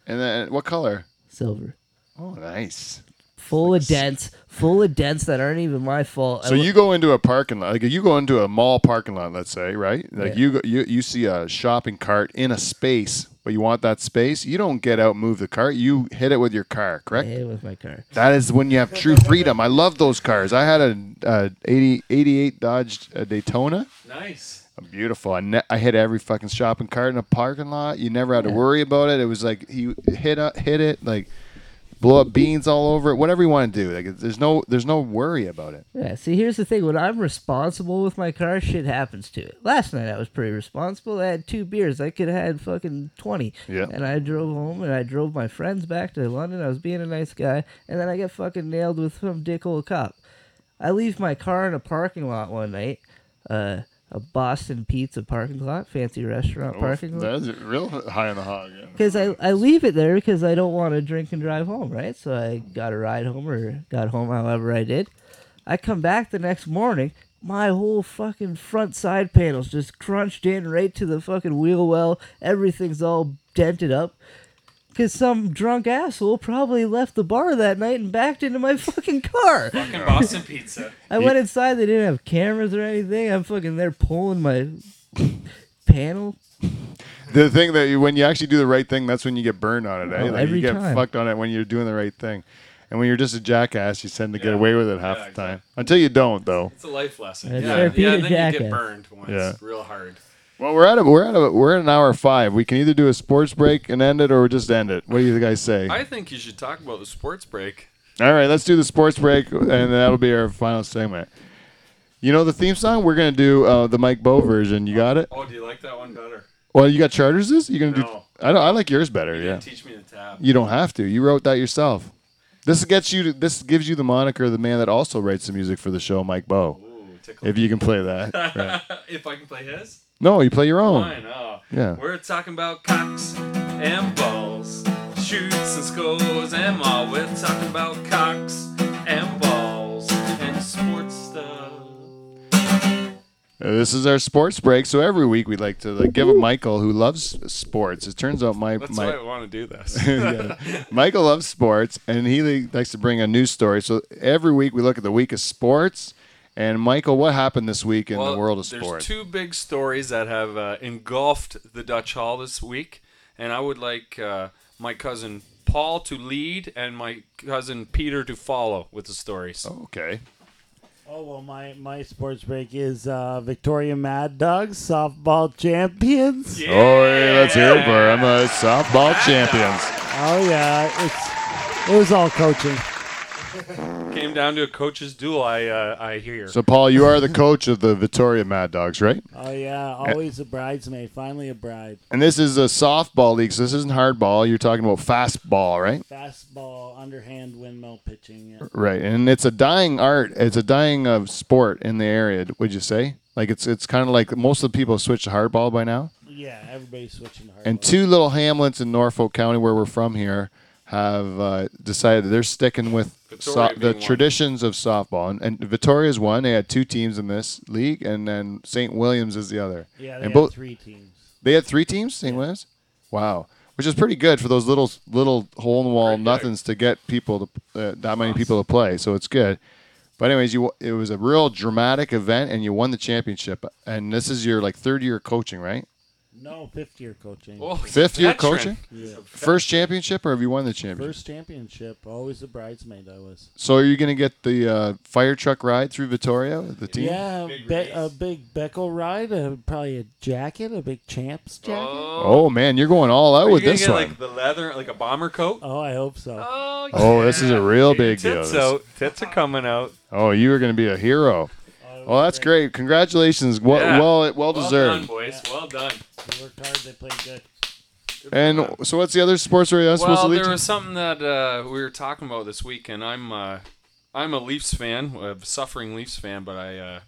And then what color? silver, Oh, nice. full of dents, full of dents that aren't even my fault. I So wa- you go into a parking lot, like you go into a mall parking lot, let's say, right? Like Yeah. you go, you you see a shopping cart in a space, but you want that space. You don't get out, move the cart. You hit it with your car, I correct? hit it with my car. That is when you have true freedom. I love those cars. I had a, a 80, 88 Dodge uh, Daytona. Nice. Beautiful. I, ne- I hit every fucking shopping cart in a parking lot. You never had to worry about it. It was like you hit up, hit it, like blow up beans all over it, whatever you want to do. Like there's no there's no worry about it. Yeah, see, here's the thing. When I'm responsible with my car, shit happens to it. Last night I was pretty responsible. I had two beers. I could have had fucking 20. Yeah. And I drove home and I drove my friends back to London. I was being a nice guy. And then I get fucking nailed with some dickhole cop. I leave my car in a parking lot one night, uh, a Boston Pizza parking lot, fancy restaurant parking lot. That's real high on the hog. Because I, I leave it there because I don't want to drink and drive home, right? So I got a ride home or got home however I did. I come back the next morning, my whole fucking front side panel's just crunched in right to the fucking wheel well. Everything's all dented up. Because some drunk asshole probably left the bar that night and backed into my fucking car. Fucking Boston pizza. I went inside. They didn't have cameras or anything. I'm fucking there pulling my panel. The thing that you, when you actually do the right thing, that's when you get burned on it. Eh? Oh, Like every you get time. fucked on it when you're doing the right thing. And when you're just a jackass, you tend to get Yeah. away with it half Yeah, the time. Until you don't, though. It's a life lesson. That's yeah. therapy yeah, to and then you jackass. get burned once Yeah. real hard. Well, we're at a we're at a we're at an hour five. We can either do a sports break and end it, or just end it. What do you guys say? I think you should talk about the sports break. All right, let's do the sports break, and that'll be our final segment. You know the theme song? We're gonna do uh, the Mike Bo version. You got it? Oh, do you like that one better? Well, you got Chargers? This you gonna do? No. I don't. I like yours better. Yeah. Teach me the tab. You don't have to. You wrote that yourself. This gets you. To, this gives you the moniker, the man that also writes the music for the show, Mike Bo. Ooh, tickle. Uh, If you can play that. Right. if I can play his? No, you play your own. Fine. Oh. Yeah. We're talking about cocks and balls, shoots and scores and all. We're talking about cocks and balls and sports stuff. Uh, This is our sports break, so every week we like to like, give a Michael who loves sports. It turns out my That's my why I want to do this. Yeah. Michael loves sports, and he li- likes to bring a news story. So every week we look at the week of sports. And Michael, what happened this week in the world of There's sports? two big stories that have uh, engulfed the Dutch Hall this week, and I would like uh, my cousin Paul to lead and my cousin Peter to follow with the stories. okay. Oh well, my my sports break is uh, Victoria Mad Dogs softball champions. Yeah. Oh, yeah, let's hear it for him. Uh, softball champions. Oh yeah, it's it was all coaching. Came down to a coach's duel. I uh, I hear. Oh. So, Paul, you are the coach of the Victoria Mad Dogs, right? Oh yeah, always a bridesmaid. Finally a bride. And this is a softball league, so this isn't hardball. You're talking about fastball, right? Fastball, underhand, windmill pitching. yeah. Right. And it's a dying art. It's a dying of sport in the area. Would you say? Like it's it's kind of like most of the people have switched to hardball by now. Yeah, everybody's switching to hardball. And two little hamlets in Norfolk County, where we're from here, have uh, decided they're sticking with so- Victoria the being one. traditions of softball. And, and Victoria's one; they had two teams in this league, and then St. Williams is the other. Yeah, and they had both three teams. they had three teams. St. Williams, wow, which is pretty good for those little little hole in the wall Pretty good. nothings to get people to uh, that many people to play. So it's good. But anyways, you it was a real dramatic event, and you won the championship. And this is your like third year of coaching, right? No, fifth year coaching. Oh, Fifth year veteran. coaching. Yeah. First championship, or have you won the championship? First championship, always a bridesmaid. I was. So are you going to get the uh, fire truck ride through Vittoria, the team? Yeah, Big be- race. a big Beckel ride, a, probably a jacket, a big champs jacket. Oh, Oh, Oh man, you're going all out Are you with gonna this get, one. like the leather, like a bomber coat. I hope so. Oh, Oh, this is a real big deal. tits out. Tits are coming out. oh, you are going to be a hero. Oh, that's great. Congratulations. Well, Yeah. well, well deserved. Well done, boys. Well done. They worked hard. They played good. and so, what's the other sports area that's supposed Well, to lead there to? was something that uh, we were talking about this week, and I'm uh, I'm a Leafs fan, a suffering Leafs fan, but I uh,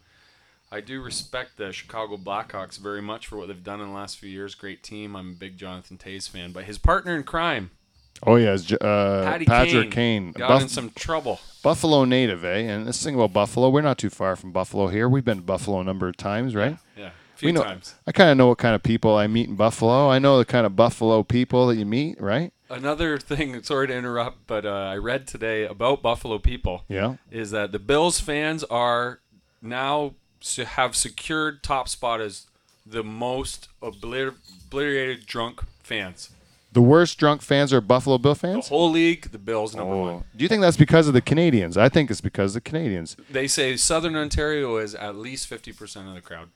I do respect the Chicago Blackhawks very much for what they've done in the last few years. Great team. I'm a big Jonathan Tays fan, but his partner in crime, Oh yeah, it's, uh, Patty Patrick Kane, Kane, got Buff- in some trouble. Buffalo native, eh? And this thing about Buffalo, we're not too far from Buffalo here. We've been to Buffalo a number of times, right? Yeah, a we few know. times. I kind of know what kind of people I meet in Buffalo. I know the kind of Buffalo people that you meet, right? Another thing, sorry to interrupt, but uh, I read today about Buffalo people. Yeah. Is that the Bills fans are now se- have secured top spot as the most obliter- obliterated drunk fans. The worst drunk fans are Buffalo Bill The fans. whole league, the Bills number one. Oh. Do you think that's because of the Canadians? I think it's because of the Canadians. They say Southern Ontario is at least fifty percent of the crowd.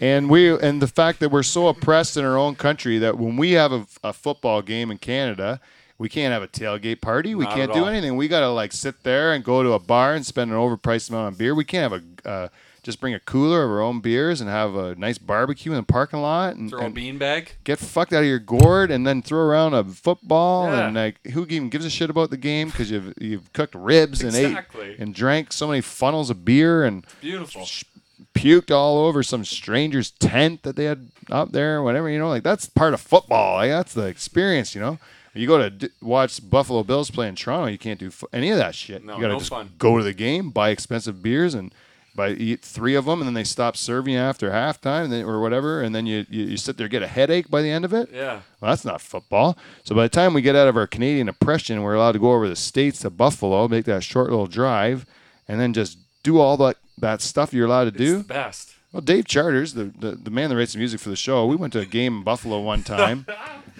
And we and the fact that we're so oppressed in our own country that when we have a, a football game in Canada, we can't have a tailgate party. We Not can't at do all. anything. We gotta like sit there and go to a bar and spend an overpriced amount on beer. We can't have a uh, just bring a cooler of our own beers and have a nice barbecue in the parking lot and, Throw a and beanbag. get fucked out of your gourd and then throw around a football Yeah. and like who even gives a shit about the game because you've you've cooked ribs and Exactly. ate and drank so many funnels of beer and Beautiful. puked all over some stranger's tent that they had up there or whatever. You know, like that's part of football. Like that's the experience. You know, you go to d- watch Buffalo Bills play in Toronto, you can't do fu- any of that shit. No, you gotta no just fun. go to the game, buy expensive beers, and buy eat three of them, and then they stop serving you after halftime and then, or whatever, and then you, you you sit there get a headache by the end of it. Yeah. Well, that's not football. So by the time we get out of our Canadian oppression, we're allowed to go over the states to Buffalo, make that short little drive, and then just do all that that stuff you're allowed to It's do. the best. Well, Dave Charters, the, the, the man that writes the music for the show, we went to a game in Buffalo one time,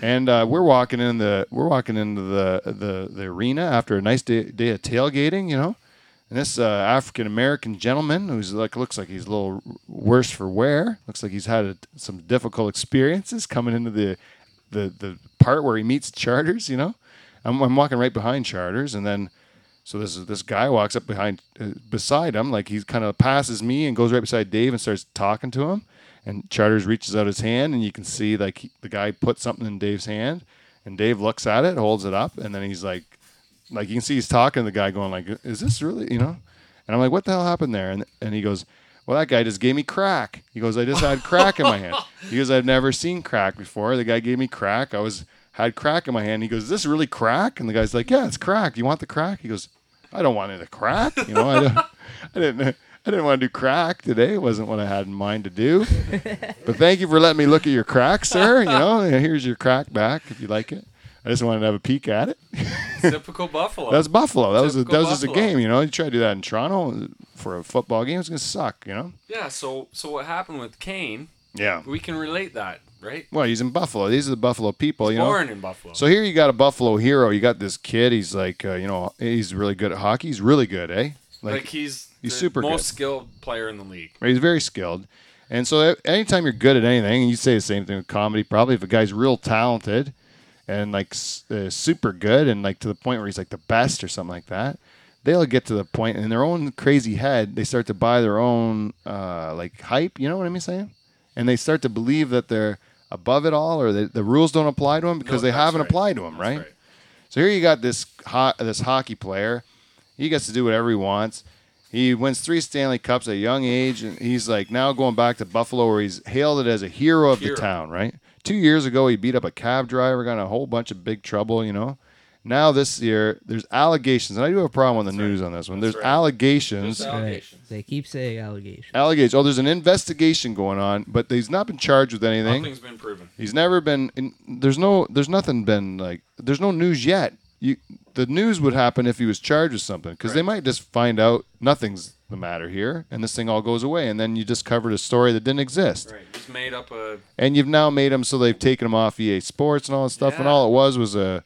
and uh, we're walking in the we're walking into the the, the arena after a nice day, day of tailgating, you know, and this uh, African American gentleman who's like looks like he's a little worse for wear, looks like he's had a, some difficult experiences coming into the the the part where he meets Charters, you know, I'm, I'm walking right behind Charters, and then. So this this guy walks up behind, uh, beside him, like he's kind of passes me and goes right beside Dave and starts talking to him. And Charters reaches out his hand, and you can see like he- the guy put something in Dave's hand, and Dave looks at it, holds it up, and then he's like, like you can see he's talking to the guy, going like, "Is this really?" You know? And I'm like, "What the hell happened there?" And and he goes, "Well, that guy just gave me crack." He goes, "I just had crack in my hand." He goes, "I've never seen crack before." The guy gave me crack. I was had crack in my hand. He goes, "Is this really crack?" And the guy's like, "Yeah, it's crack. Do you want the crack?" He goes, "I don't want any of the crack. You know, I, don't, I didn't." I didn't want to do crack today. It wasn't what I had in mind to do. But thank you for letting me look at your crack, sir. You know, here's your crack back if you like it. I just wanted to have a peek at it. Typical Buffalo. That's Buffalo. That was a, that Typical was just a Buffalo. game. You know, you try to do that in Toronto for a football game, it's gonna suck. You know. yeah. So so what happened with Kane? Yeah. We can relate that, right? Well, he's in Buffalo. These are the Buffalo people. you know. Born in Buffalo. So here you got a Buffalo hero. You got this kid. He's like, uh, you know, he's really good at hockey. He's really good, eh? like, he's he's the super most good. skilled player in the league. Right, He's very skilled. And so a- anytime you're good at anything, and you say the same thing with comedy, probably if a guy's real talented and like s- uh, super good and like to the point where he's like the best or something like that, they'll get to the point in their own crazy head, they start to buy their own uh, like hype. You know what I'm saying? And they start to believe that they're above it all or that the rules don't apply to them because No, they that's haven't right. applied to them, That's right? So here you got this ho- this hockey player. He gets to do whatever he wants. He wins three Stanley Cups at a young age, and he's like now going back to Buffalo, where he's hailed as a hero of Hero. the town. Right? Two years ago, he beat up a cab driver, got in a whole bunch of big trouble. You know. Now this year, there's allegations, and I do have a problem with the news on this one. There's allegations. There's Right. allegations. They keep saying allegations. allegations. Oh, there's an investigation going on, but he's not been charged with anything. Nothing's been proven. He's never been. In, there's no. There's nothing been like. There's no news yet. You. The news would happen if he was charged with something, because they might just find out nothing's the matter here, and this thing all goes away, and then you just covered a story that didn't exist, Right. Just made up a and you've now made him so they've taken him off EA Sports and all that stuff, and Yeah. all it was was a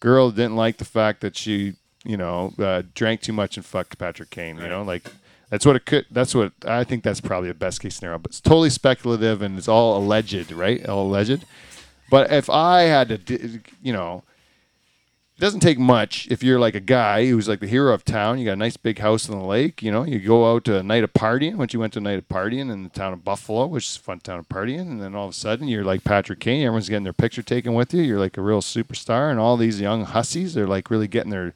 girl that didn't like the fact that she, you know, uh, drank too much and fucked Patrick Kane. You know, like. That's what it could. That's what I think. That's probably the best case scenario, but it's totally speculative and it's all alleged, right? All alleged. But if I had to, d- you know, it doesn't take much if you're like a guy who's like the hero of town. You got a nice big house on the lake. You know, you go out to a night of partying. Once you went to a night of partying in the town of Buffalo, which is a fun town of partying, and then all of a sudden you're like Patrick Kane. Everyone's getting their picture taken with you. You're like a real superstar, and all these young hussies are like really getting their,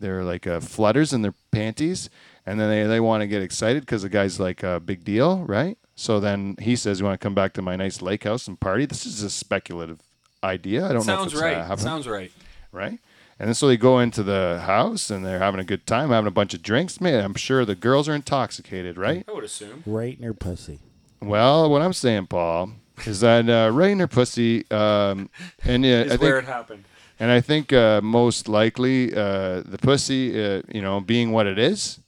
their like uh, flutters in their panties. and then they, they want to get excited because the guy's like a big deal, right? So then he says, "You want to come back to my nice lake house and party?" This is a speculative idea. I don't know if Sounds it's uh, right. happening Sounds right. right? And then so they go into the house and they're having a good time, having a bunch of drinks. Man, I'm sure the girls are intoxicated, right? I would assume. Right in her pussy. Well, what I'm saying, Paul, is that uh, right in her pussy, um, and uh, Is I where think, it happened. and I think uh, most likely uh, the pussy, uh, you know, being what it is,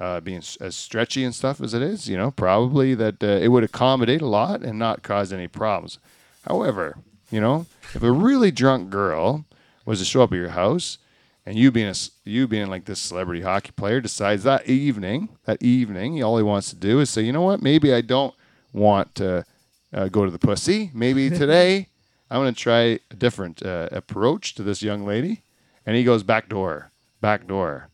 uh, being s- as stretchy and stuff as it is, you know, probably that uh, it would accommodate a lot and not cause any problems. However, you know, if a really drunk girl was to show up at your house, and you being a s you being like this celebrity hockey player decides that evening, that evening, all he wants to do is say, you know what, maybe I don't want to uh, go to the pussy. Maybe today I'm going to try a different uh, approach to this young lady, and he goes back door, back door.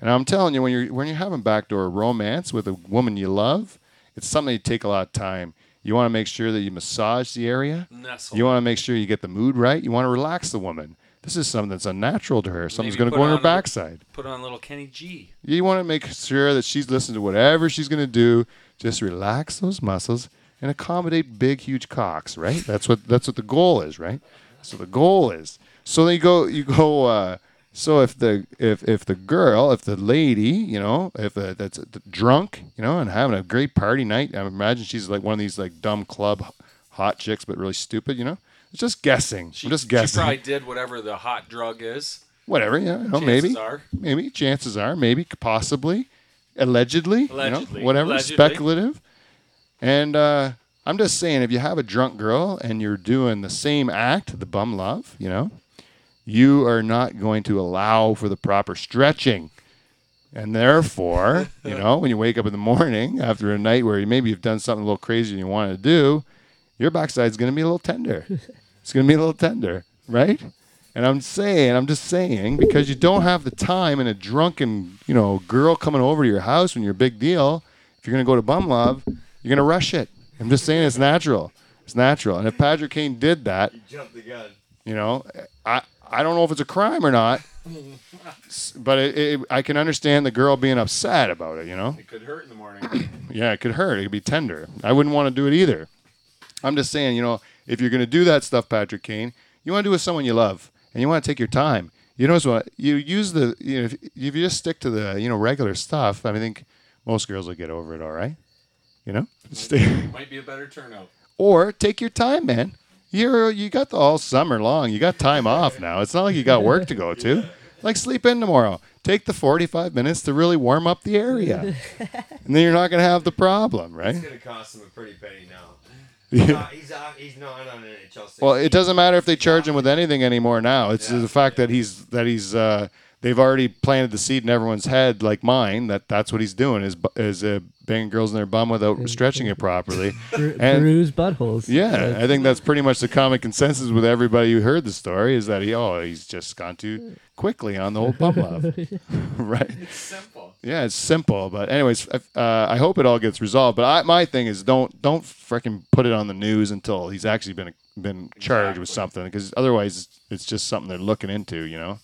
And I'm telling you, when you're when you're having backdoor romance with a woman you love, it's something you take a lot of time. You want to make sure that you massage the area. Nestle. You want to make sure you get the mood right. You want to relax the woman. This is something that's unnatural to her. Something's going Maybe to put go on her on a- backside. Put on little Kenny G. You want to make sure that she's listening to whatever she's going to do. Just relax those muscles and accommodate big, huge cocks. Right? That's what that's what the goal is. Right? So the goal is. So then you go. You go. Uh, so if the if if the girl, if the lady, you know, if uh, that's uh, drunk, you know, and having a great party night, I imagine she's like one of these like dumb club hot chicks, but really stupid. You know, it's just guessing. She, I'm just She guessing. probably did whatever the hot drug is. Whatever. Yeah. You know, Chances maybe are. maybe chances are maybe possibly allegedly, you know, Allegedly. whatever Allegedly. speculative and uh, i'm just saying if you have a drunk girl and you're doing the same act the bum love you know you are not going to allow for the proper stretching and therefore you know when you wake up in the morning after a night where you, maybe you've done something a little crazy and you want to do your backside's going to be a little tender it's going to be a little tender right and I'm saying, I'm just saying, because you don't have the time and a drunken, you know, girl coming over to your house when you're a big deal, if you're going to go to bum love, you're going to rush it. I'm just saying it's natural. It's natural. And if Patrick Kane did that, Jump the gun. you know, I, I don't know if it's a crime or not, s- but it, it, I can understand the girl being upset about it, you know? It could hurt in the morning. Yeah, it could hurt. It could be tender. I wouldn't want to do it either. I'm just saying, you know, if you're going to do that stuff, Patrick Kane, you want to do it with someone you love, and you want to take your time. You know what? You use the you know if, if you just stick to the you know regular stuff. I, mean, I think most girls will get over it, all right. You know, Stay- Might be a better turnout. or take your time, man. You're you got the all summer long. You got time off now. It's not like you got work to go to. Like sleep in tomorrow. Take the 45 minutes to really warm up the area, and then you're not going to have the problem, right? It's gonna cost him a pretty penny now. He's not, he's, off, he's not on an NHL. Well, it doesn't matter if they charge him with anything anymore now. It's the fact that he's that he's uh, they've already planted the seed in everyone's head, like mine, that that's what he's doing is bu- is uh, banging girls in their bum without stretching it properly. Bru- And- bruise buttholes. Yeah, I think that's pretty much the common consensus with everybody who heard the story is that he oh he's just gone too quickly on the whole bum love, right? Simple. Yeah, it's simple, but anyways, if- uh, I hope it all gets resolved. But I, my thing is, don't don't freaking put it on the news until he's actually been been charged with Exactly. something, because otherwise it's, it's just something they're looking into, you know.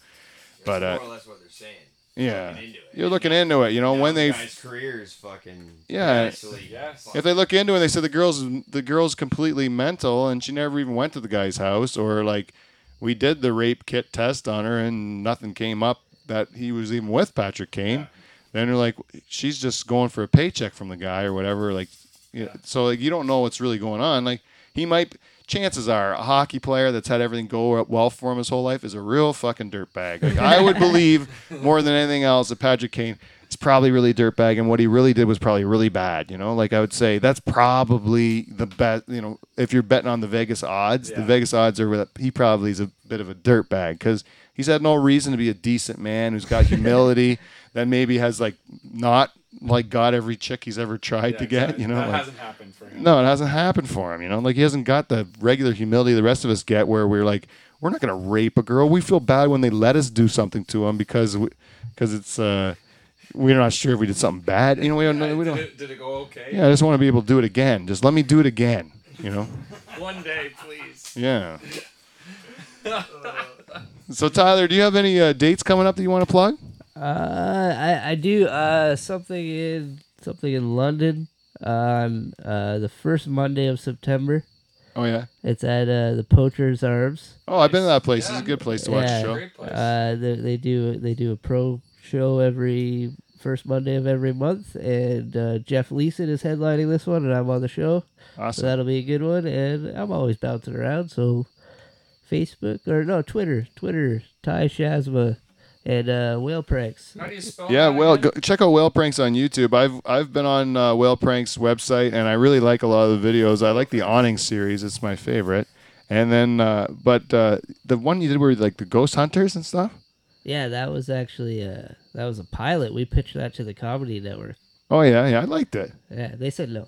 But uh, more or less what they're saying. yeah, looking into it. you're looking into it, you know. when they guy's career is fucking Yeah. financially Yes. fucked. if they look into it, they said the girls the girls completely mental, and she never even went to the guy's house, or like we did the rape kit test on her, and nothing came up that he was even with Patrick Kane. Then they're like, she's just going for a paycheck from the guy or whatever. Like, you know, so like you don't know what's really going on. Like he might. Chances are, a hockey player that's had everything go well for him his whole life is a real fucking dirtbag. Like, I would believe more than anything else that Patrick Kane is probably really dirtbag, and what he really did was probably really bad. You know, like I would say that's probably the best. You know, if you're betting on the Vegas odds, the Yeah. Vegas odds are that he probably is a bit of a dirtbag because he's had no reason to be a decent man who's got humility that maybe has like not like got every chick he's ever tried Yeah, to get. exactly. You know, that like- hasn't happened for him. no, it hasn't happened for him. You know, like he hasn't got the regular humility the rest of us get, where we're like, we're not gonna rape a girl. We feel bad when they let us do something to them because because it's uh, we're not sure if we did something bad. You know, we don't. Yeah, we did, don't it, did it go okay? yeah, I just want to be able to do it again. Just let me do it again. You know. One day, please. Yeah. so Tyler, do you have any uh, dates coming up that you want to plug? Uh, I, I do uh something in something in London on uh the first Monday of September. Oh yeah. It's at uh, the Poacher's Arms. Oh, I've been to that place. It's a good place to watch Yeah. a Oh, show. Great place. Uh, they, they do they do a pro show every first Monday of every month, and uh, Jeff Leeson is headlining this one, and I'm on the show, so Awesome. that'll be a good one. And I'm always bouncing around, so Facebook or no Twitter, Twitter Ty Shazma and uh, Whale Pranks. How do you spell Yeah, that well, again? go, check out Whale Pranks on YouTube. I've I've been on uh, Whale Pranks website, and I really like a lot of the videos. I like the awning series; it's my favorite. And then, uh, but uh, the one you did were like the ghost hunters and stuff. Yeah, that was actually a that was a pilot. We pitched that to the Comedy Network. Oh yeah, yeah, I liked it. Yeah, they said no.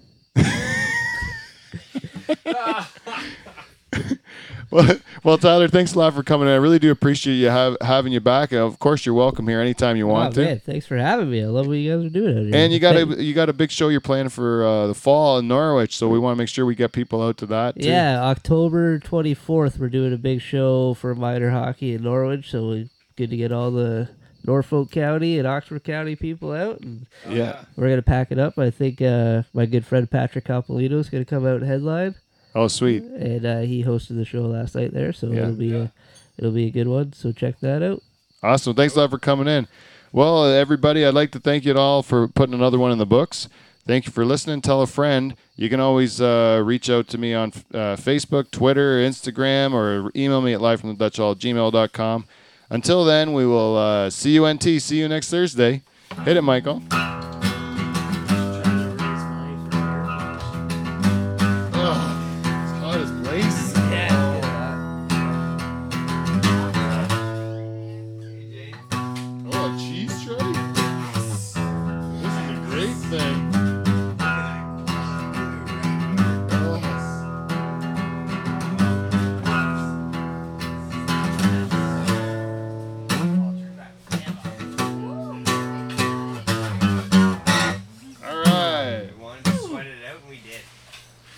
Well, well, Tyler, thanks a lot for coming. in. I really do appreciate you have, having you back. And Of course, you're welcome here anytime you want oh, to. man, thanks for having me. I love what you guys are doing out here. And you got Thank- a you got a big show you're planning for uh, the fall in Norwich, so we want to make sure we get people out to that. Too. Yeah, October 24th, we're doing a big show for minor hockey in Norwich. So we good to get all the Norfolk County and Oxford County people out. And yeah. we're going to pack it up. I think uh, my good friend Patrick Capolino is going to come out and headline. Oh, sweet. And uh, he hosted the show last night there. So Yeah. it'll, be a, it'll be a good one. So check that out. Awesome. Thanks a lot for coming in. Well, uh, everybody, I'd like to thank you all for putting another one in the books. Thank you for listening. Tell a friend. You can always uh, reach out to me on uh, Facebook, Twitter, Instagram, or email me at livefromthedutchhall at gmail.com. Until then, we will uh, see you NT. See you next Thursday. Hit it, Michael. Oh, cheese tray? This is a great thing. All right. We wanted to sweat it out, and we did.